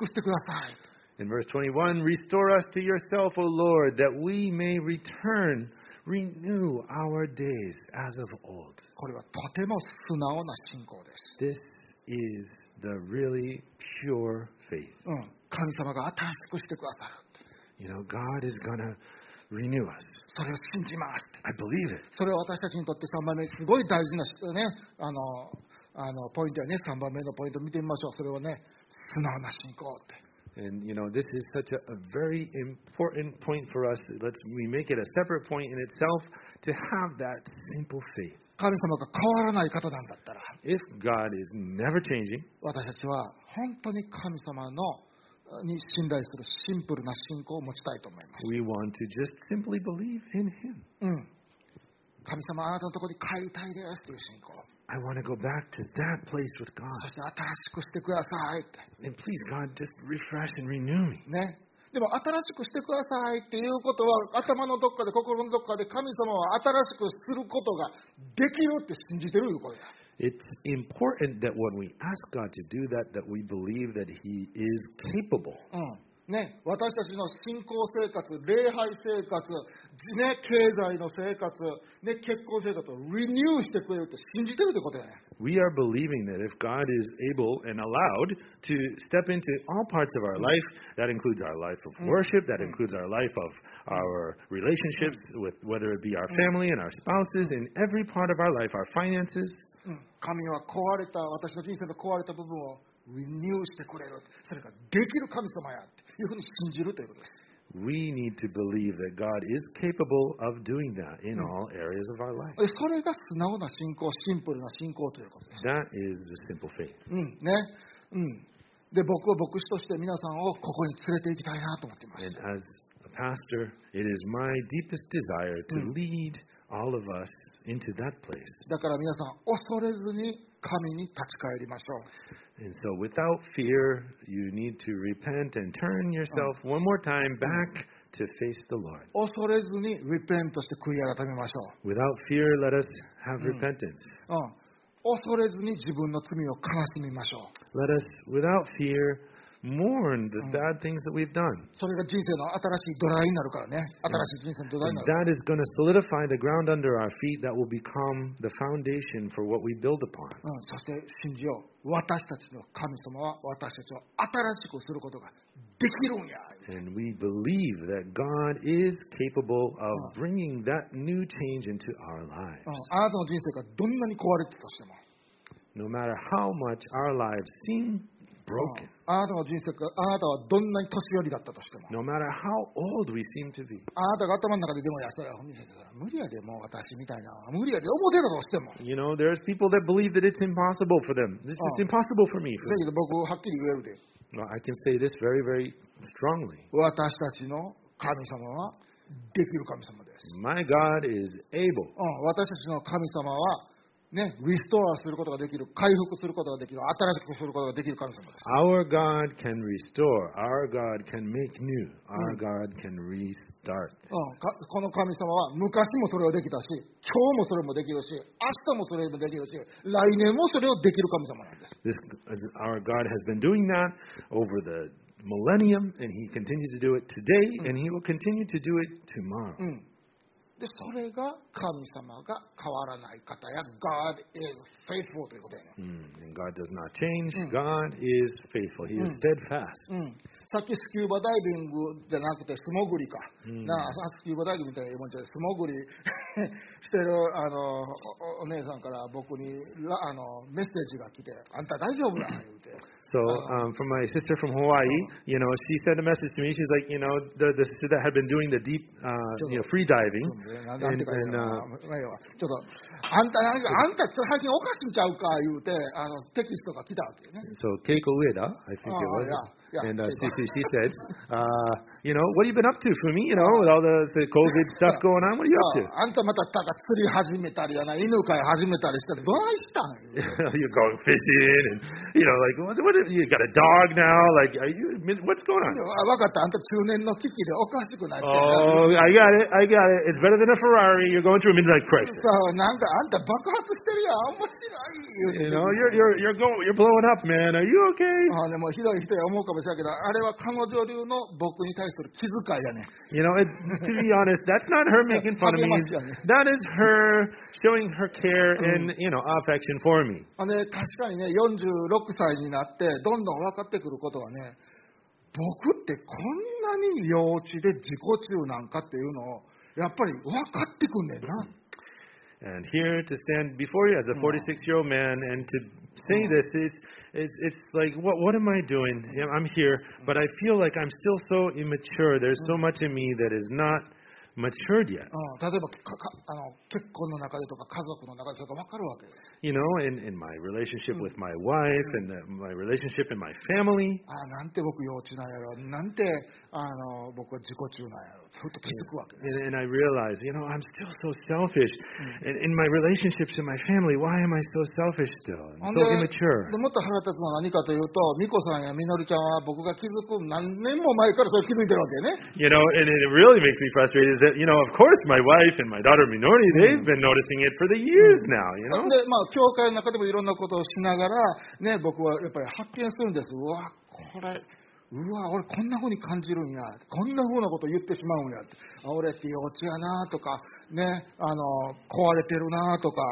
A: くしてください
B: In verse 21, restore us to yourself, O Lord, that we may return, renew our days as of old.
A: これはとても素直な信仰です
B: This is the really pure faith.
A: うん、神様が新しくしてくださる
B: You know, God is going to renew us.
A: それを信じます
B: I believe it.
A: それは私たちにとって3番目すごい大事なし、ね、あのあのポイントやね3番目のポイント見てみましょうそれはね素直な信仰って
B: And you know, this is such a, a very important point for us. Let's we make it a separate point in itself to have that simple faith.
A: 神様が変わらない方なんだったら
B: If God is never changing,
A: 私たちは本当に神様のに信頼するシンプルな信仰を持ちたいと思います、
B: we want to just simply believe in
A: う
B: Him.
A: ん、神様あなたのところに帰りたいですという信仰
B: I want to go back to that place
A: そ
B: with God.
A: して新しくしてくださいって
B: And please, God, just refresh and renew me.
A: ねでも新しくしてくださいっていうことは頭のどっかで心のどっかで神様は新しくすることができるって信じてるいうことや
B: It's important that when we ask God to do that, that we believe that He is capable.
A: うんね、私たちの信仰生活、礼拝生活、ね、経済の生活、ね、結婚生活をリニューしてくれるって信じてるってことやね。
B: We are believing that if God is able and allowed to step into all parts of our life, that includes our life of worship, that includes our life of our relationships with whether it be our family and our spouses, in every part of our life, our finances,
A: うん、神は壊れた、私の人生の壊れた部分をリニューしてくれる。それができる神様やっていうふうに信じるということです。
B: we need to believe that God is capable of doing that in all areas of our life.
A: でそれが素直な信仰、シンプルな信仰ということです。
B: That is the simple faith.
A: うん、ね。うん。で、僕は牧師として皆さんをここに連れて行きたいなと思っています。
B: And as a pastor, it is my deepest desire to lead all of us into that place.
A: だから皆さん、恐れずに神に立ち返りましょう。
B: And so, without fear, you need to repent and turn yourself one more time back to face the Lord.
A: 恐れずにリペントして悔い改めまし
B: Without fear, let us have repentance.
A: ょう、うん、恐れずに自分の罪を悲しみましょう
B: Let us, without fear, mourn the bad things that we've done.
A: それが人生の新しい土台になるからね新しい人生の土台
B: And
A: になる、
B: that is going to solidify the ground under our feet. That will become the foundation for what we build upon.
A: うん、そして信じよう私たちの神様は私たちを新しくすることができるんや
B: And we believe that God is capable of bringing that new change into our
A: う
B: lives.
A: ん、あなたの人生がどんなに壊れてたとしても、
B: No matter how much our lives
A: う
B: seem
A: ん
B: broken.
A: あなたの人生があなたはどんなに年寄りだったとしても
B: no matter how old we seem to be.
A: あなたが頭の中ででもいやそれは本人だから無理やでもう私みたいな無理やで思ってたとしても
B: You know, there's people that believe that it's impossible for them. It's just
A: Oh.
B: impossible for me.
A: だけど僕はっきり言えるで
B: Well, I can say this very, very strongly.
A: 私たちの神様はできる神様です。
B: My God is able.
A: うん、私たちの神様は、ね、リストアすることができる、回復することができる、新しくすることができる神様です。
B: Our God can restore. Our God can make new. Our God can restart.
A: うん、かこの神様は昔もそれをできたし、今日もそれもできるし、明日もそれもできるし、来年もそれをできる神様なんです。
B: This our God has been doing that over the millennium, and He continues to do it today,
A: Mm.
B: and He will continue to do it tomorrow.
A: うん、で、それが神様が変わらない方や、God is faithful ということやね。
B: Mm. And God does not change.
A: Mm.
B: God is faithful. He is steadfast.
A: うん、さっきスキューバダイビングじゃなくて素潜りか、なあスキューバダイビングみたいなもんじゃない素潜り してるあのおお姉さんから僕にらあのメッセージが来て「あんた大丈夫だ」言うて
B: So
A: Oh.
B: um, from my sister from Hawaii, you know, she sent a message to me. She's like, you know, the, the sister that had been doing the deep, uh, you know, free diving,
A: 「ななん
B: and,
A: て書いて
B: and
A: あ
B: uh,
A: まあええわちょっとあんたなんかあんた最近おかしいんちゃうか」言うてあのテキストが来たわけよね
B: so Keiko Ueda, I think it
A: Oh,
B: was,
A: yeah, yeah,
B: and uh, she,
A: Keiko.
B: she she says, uh, you know, what have you been up to, Fumi? You know, with all the, the COVID
A: Yeah.
B: stuff
A: Oh,
B: going on, what are you up to?
A: ああんたまたただ釣り始めたりやな犬飼い始めたりしたらどないしたん言うて
B: You're going fishing, and you know, like, what, what have- you got a dog now? Like, are you? What's going on?
A: わかったあんた中年の危機でおかしくなってんな
B: Oh, I got it, I got it. It's better than a Ferrari. You're going through a midlife crisis.
A: そう、なんかあんた爆発してるやん、面白い言う
B: You
A: て Uh-huh.
B: know, you're you're you're going, you're blowing up, man. Are you okay?
A: あでもひどい人や思うかももしれんけど、あれは彼女流の僕に対する気遣いやねん。
B: You know, it, to be honest, that's not her making fun of me. That is her showing her care and, you know, affection for me.
A: あのね確かにね、46歳になって、どんどん分かってくることはね、僕ってこんなに幼稚で自己中なんかっていうのを、やっぱり分かってくんねんな。
B: And here to stand before you as a 46 year old man and to say this, it's, it's, it's like, what, what am I doing? Yeah, I'm here, but I feel like I'm still so immature. There's so much in me that is not matured yet.
A: うん、例えばかかあの結婚の中でとか家族の中でとか分かるわけよ
B: You know, in, in my relationship with my wife and uh, my relationship in my family.
A: ああなんて僕幼稚なんやろなんてあの僕は自己中なんやろふっと気づくわけね、
B: And, and I realize, you know, I'm still so selfish. And in my relationships in my family, why am I so selfish still? I'm
A: ほん
B: so immature.
A: でもっと腹立つのは何かというと美子さんやみのりちゃんは僕が気づく何年も前からそれ気づいてるわけよね
B: You know, and it really makes me frustrated is that, you know, of course my wife and my daughter Minori, they've been noticing it for the years
A: ほ
B: now, you
A: ん
B: know?
A: でまあ教会の中でもいろんなことをしながらね僕はやっぱり発見するんですうわこれうわ俺こんな風に感じるんやこんな風なこと言ってしまうんやってあ俺って幼稚やなとかねあの壊れてるなとか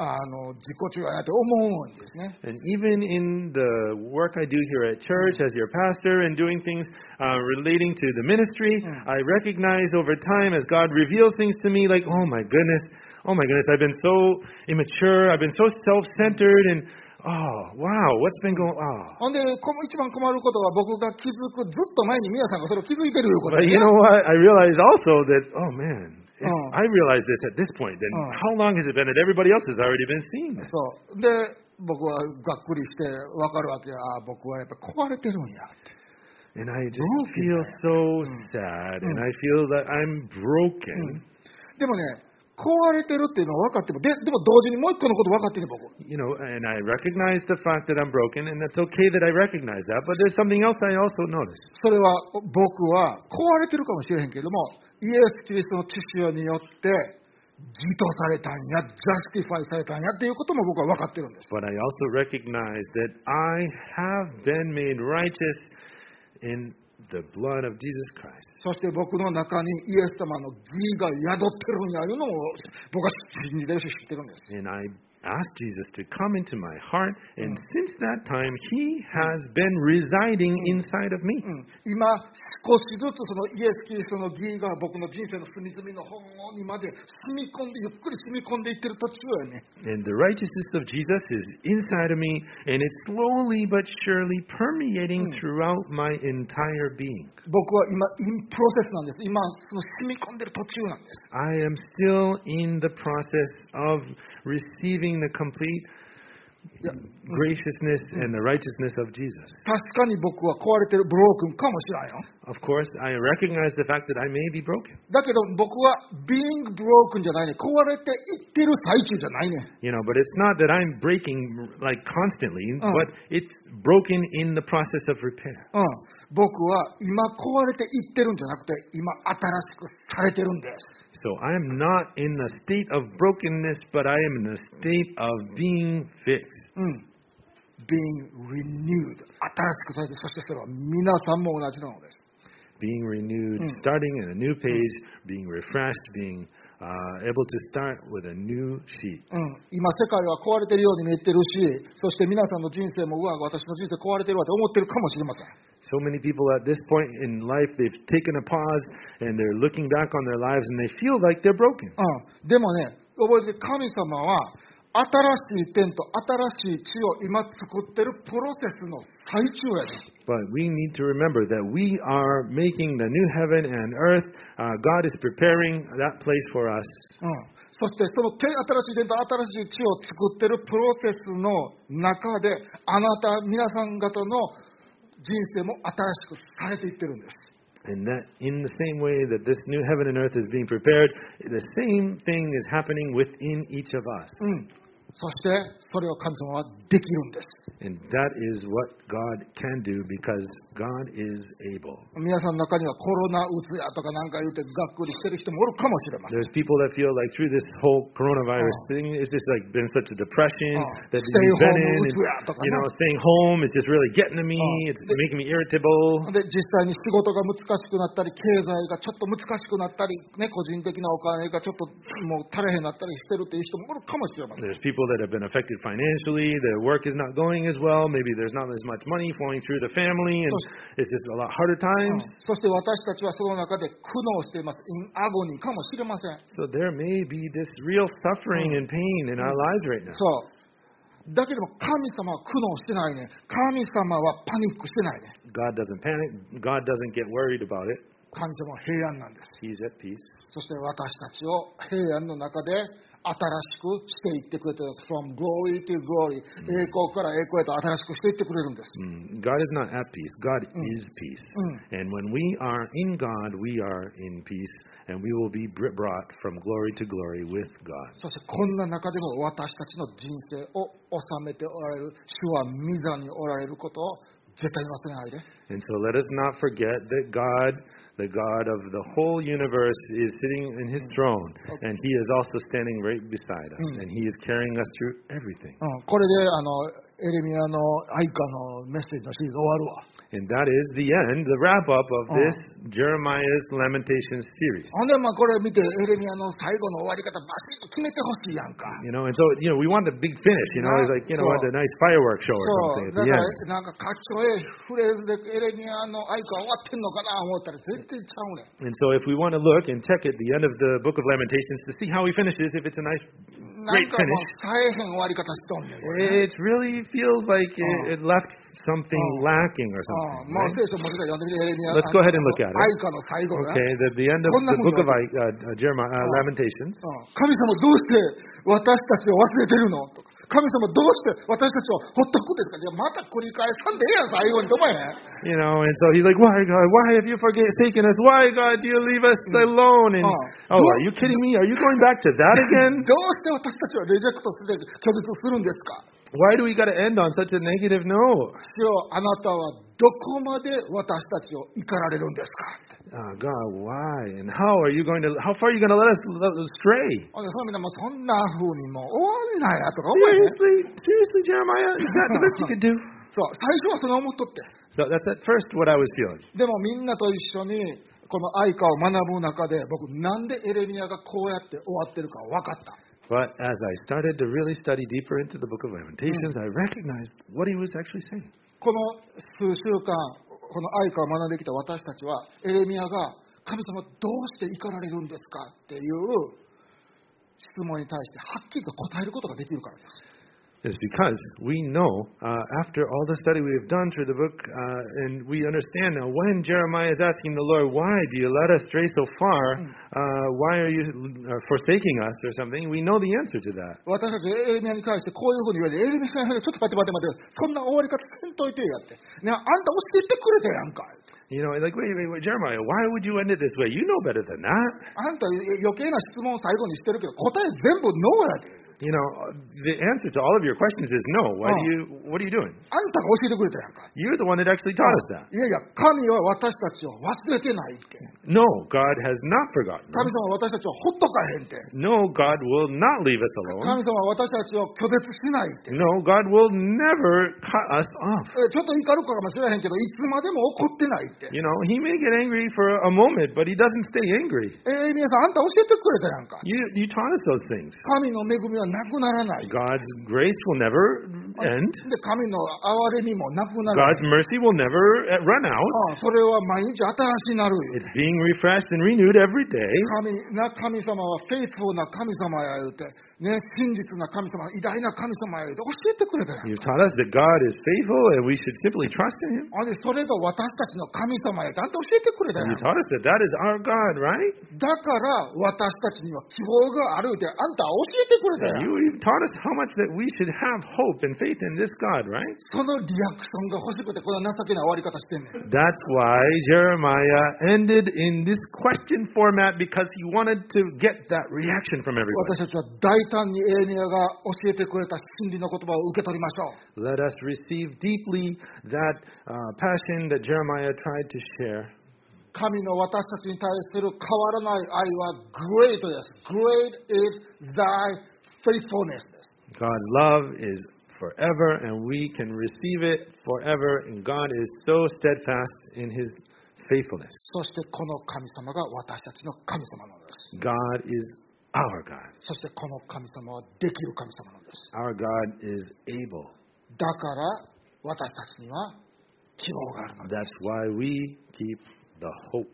A: あの自己中やなって思うんですね
B: And even in the work I do here at church as your pastor and doing things uh, relating to the ministry, I recognize over time as God reveals things to me like, oh my goodness, oh my goodness, I've been so immature, I've been so self centered, and oh, wow, what's been going oh, on?
A: ほんで、こ一番困ることは僕が気づく、ずっと前に皆さんがそれを気づいてるいうこと
B: But
A: ね
B: uh, you know what? I realize also that, oh man,
A: Oh.
B: if I realize this at this point, then
A: Oh.
B: how long has it been that everybody else has already been seeing this?
A: そう。で、僕はがっくりして分かるわけや。ああ僕はやっぱ壊れてるんや。
B: And I just
A: Oh,
B: feel
A: yeah.
B: so
A: Mm.
B: sad and I feel that I'm broken.
A: でもね、壊れてるっていうのは分かっても、ででも同時にもう一個のこと分かってる僕。
B: You know, and I recognize the fact that I'm broken and that's okay that I recognize that, but there's something else I also notice.
A: それは僕は壊れてるかもしれへんけども、イエス・キリストの父親によって、義とされたんや、ジャスティファイされたんやっていうことも僕は分かってるんです。
B: But I also recognize that I have been made righteous in the blood of Jesus Christ.
A: そして僕の中にイエス様の義が宿ってるんやいうのを僕は信じてるし知ってるんです。
B: And I asked Jesus to come into my heart, and since that time, He has been residing inside of me.
A: うん、今少しずつそのイエス・キリストの義が僕の人生の隅々の本にまで染み込んでゆっくり染み込んでいってる途中やね
B: And the righteousness of Jesus is inside of me, and it's slowly but surely permeating throughout my entire being.
A: 僕は今インプロセスなんです今その染み込んでる途中なんです
B: I am still in the process of receiving the complete
A: Yeah.
B: graciousness and the righteousness of Jesus.
A: 確かに僕は壊れてるブロークンかもしれんよ
B: Of course, I recognize the fact that I may be broken.
A: だけど僕は being broken じゃないね壊れていってる最中じゃないね
B: You know, but it's not that I'm breaking like constantly,
A: Oh.
B: but it's broken in the process of repair.
A: うん、僕は今壊れていってるんじゃなくて今新しくされてるんです
B: So I am not in the state of brokenness, but I am in the state of being fixed.
A: うん。being renewed 新しくされてそしてそれは皆さんも同じなのです
B: Being renewed, starting in a new page, being refreshed, being uh, able to start with a new sheet.
A: うん、今世界は壊れてるように見えてるしそして皆さんの人生もうわ私の人生壊れてるわって思ってるかもしれません
B: So many people at this point in life, they've taken a pause and they're looking back on their lives and they feel like they're broken.
A: うん、でもね覚えて神様は新しい天と新しい地を今作ってるプロセスの最中やねん
B: But we need to remember that we are making the new heaven and earth. Uh, God is preparing that place for us.
A: うん、そしてその天新しい天と新しい地を作ってるプロセスの中であなた皆さん方の人生も新しくされていってるんです
B: And that in the same way that this new heaven and earth is being prepared, the same thing is happening within each of us.
A: うんそしてそれを神様はできるんです
B: And that is what God can do because God is able.
A: 皆さんの中にはコロナうつやとかなんか言うてがっくりしてる人もおるかもしれません
B: There's people that feel like through this whole coronavirus thing, it's just like been such a depression
A: Oh, stay
B: that you've been
A: home,
B: in. And,
A: it's out the
B: you know,
A: house.
B: staying home is just really getting to me.
A: Oh,
B: It's making me irritable.
A: で実際に仕事が難しくなったり、経済がちょっと難しくなったり、ね、個人的なお金がちょっともう足れへんなったりしてるっていう人もおるかもしれません。
B: There's people that have been affected financially. Their work is not going as well. Maybe there's not as much money flowing through the family, and it's just a lot harder times.
A: そして私たちはその中で苦悩しています。インアゴニーかもしれません。
B: So there may be this real suffering and pain in our lives right now.
A: そう。だけども神様は苦悩してないね。神様はパニックしてないね。
B: God doesn't panic. God doesn't get worried about it.
A: 神様は平安なんです。
B: He's at peace.
A: そして私たちを平安の中で新しくしていってくれてる。from glory to glory。栄光から栄光へと新しくしていってくれるんです。
B: Mm, God is not at peace. God is peace.
A: Mm.
B: And when we are in God, we are in peace, and we will be br- brought from glory to glory with God.
A: そしてこんな中でも私たちの人生を収めておられる主は御座におられることを絶対に忘れないで
B: And so let us not forget that God, the God of the whole universe, is sitting in his throne, and he is also standing right beside us, and he is carrying us through everything.
A: うん、これであのエレミアの愛歌のメッセージのシリーズ終わるわ
B: And that is the end, the wrap up of this Jeremiah's Lamentations series.
A: ほんでまあこれ見てエレミアの最後の終わり方バシッと決めてほしいやんか
B: You know, and so, you know, we want the big finish, you know, it's like, you know,
A: Yeah.
B: what, a nice fireworks show or
A: そうだ
B: something at the
A: から
B: end.
A: なんかかっちょええフレーズでエレミアの愛歌終わってんのかな思ったら全然ちゃうねん
B: And so, if we want to look and check at the end of the book of Lamentations to see how he finishes, if it's a nice,
A: なん
B: great
A: かも
B: finish,
A: うさえへん終わり方しとんねんこれ
B: it really feels like it, it left something
A: Oh.
B: Oh. lacking or
A: ああ
B: something.
A: もう
B: right?
A: 聖書もう一回読んでみてエレミア
B: Let's go ahead and look at it.
A: 愛歌の最後が
B: Okay, the, the end of
A: Well,
B: the
A: no,
B: book
A: no,
B: of I, uh, uh, Jeremiah, uh, Lamentations.
A: うん神様どうして私たちを忘れてるのとか神様どうして私たちをほっとくんですかいやまた繰り返さんでええやん最後にどまへん
B: You know, and so he's like, Why, God? Why have you forsaken us? Why, God, do you leave us alone? And,
A: Oh.
B: oh, are you kidding me? Are you going back to that again?
A: どうして私たちはレジェクトして拒絶するんですか
B: Why do we got to end on such a negative note?
A: 主よあなたはどこまで私たちを怒られるんですか
B: Oh, God, why? And how are you going to, how far are you going to let us l- stray?
A: ほんでそのみんなもうそんな風にもう終わんなやとか思えへん
B: Seriously? Seriously, Jeremiah? Is that the best you could do?
A: そう最初はその思っとって
B: So that's at first what I was feeling.
A: でもみんなと一緒にこの愛歌を学ぶ中で僕なんでエレミアがこうやって終わってるか分かった
B: But as I started to really study deeper into the book of Lamentations, I recognized what he was actually saying.
A: この数週間、この愛歌を学んできた私たちは、エレミアが神様どうして怒られるんですかっていう質問に対してはっきりと答えることができるからです。
B: It's because we know, uh, after all the study we have done through the book, uh, and we understand now when Jeremiah is asking the Lord, Why do you let us stray so far? Uh, why are you uh, forsaking us or something? We know the answer to that.
A: 私たちエレミアに対してこういうふうに言われて、エレミアさん、ちょっと待って待って待って、そんな終わり方せんといてやって。ね、あんた教えてくれたやんか。
B: You know, like, wait, wait, wait, Jeremiah, why would you end it this way? You know better than that.
A: あんた余計な質問を最後にしてるけど、答え全部ノーやで。
B: You know, the answer to all of your questions is no. Why
A: Oh.
B: do you? What are you
A: あ
B: doing?
A: んたが教えてくれたやんか。
B: You're the one that actually taught us that.
A: いやいや、神は私たちを忘れてないって。
B: No, God has not forgotten.
A: 神
B: us.
A: 様は私たちをほっとかへんって。
B: No, God will not leave us
A: 神
B: alone.
A: 様は私たちを拒絶しないって。
B: No, God will never cut us off.
A: えちょっと怒るかもしれへんけど、いつまでも怒ってないって。
B: You know, He may get angry for a moment, but He doesn't stay angry.
A: えー、皆さん、あんた教えてくれたやんか。
B: You you taught us those things.
A: 神の恵みはなくならない。で、
B: God's grace will never end.
A: 神の憐れみもなくならない。
B: God's mercy will never uh, run out.
A: ああそれは毎日新しいなる。
B: It's being refreshed and renewed every day.
A: 神な神様はフェイスフルな神様や言うて、ね、真実な神様、偉大な神様や言うて教えてくれたやん。
B: You've taught us that God is faithful and we should simply trust in Him.
A: あれそれが私たちの神様やって、あんた教えてくれたや
B: You
A: ん。
B: taught us that that is our God, right?
A: だから私たちには希望があるって、あんた教えてくれたやん
B: You, you taught us how much that we should have hope and faith faith in this God, right?
A: そのリアクションが欲しくて、この情けない終わり方してんねん。
B: That's why Jeremiah ended in this question format because he wanted to get that reaction from everybody.
A: 私たちは大胆にエーニアが教えてくれた真理の言葉を受け取りましょう。
B: Let us receive deeply that uh, passion that Jeremiah tried to share.
A: 神の私たちに対する変わらない愛は great です。great is thy faithfulness です。
B: God's love is forever, and we can receive it forever. And God is so steadfast in His faithfulness.
A: そしてこの神様が私たちの神様なんです。
B: God is our God.
A: そしてこの神様はできる神様なんです。
B: Our God is able.
A: だから私たちには希望があるので
B: That's why we keep the hope.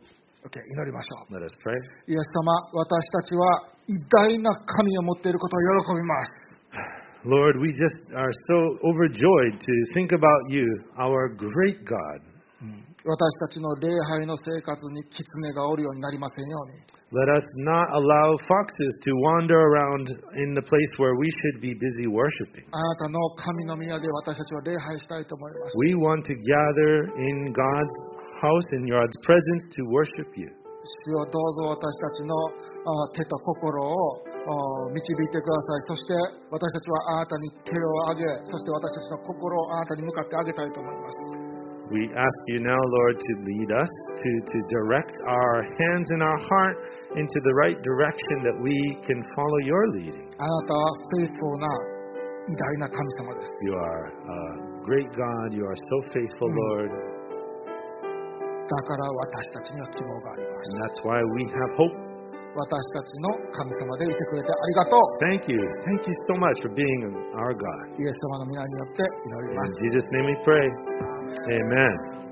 A: OK 祈りましょう。
B: Let us pray.
A: イエス様、私たちは偉大な神を持っていることを喜びます。
B: Lord, we just are so overjoyed to think about you, our great God.
A: 私たちの礼拝の生活に狐がおるようになりませんように。
B: Let us not allow foxes to wander around in the place where we should be busy worshiping.
A: あなたの神の宮で私たちは礼拝したいと思います。
B: We want to gather in God's house, in God's presence, to worship you.
A: 主よどうぞ私たちのあ手と心をあ導いてください。そして私たちはあなたに手を挙げ、そして私たちの心をあなたに向かってあげたいと思います。
B: We ask you now, Lord, to lead us, to, to direct our hands and our heart into the right direction that we can follow your leading.
A: あなたはフェイスフルな偉大な神様です。
B: You are a great God. You are so faithful, Lord.
A: だから私たちには希望があります。
B: And that's why we have hope.
A: 私たちの神様でいてくれてありがとう。
B: Thank you. Thank you so much for being our
A: イ
B: God.
A: エス様の皆によって祈り
B: In
A: ます。
B: Jesus' name we pray. Amen.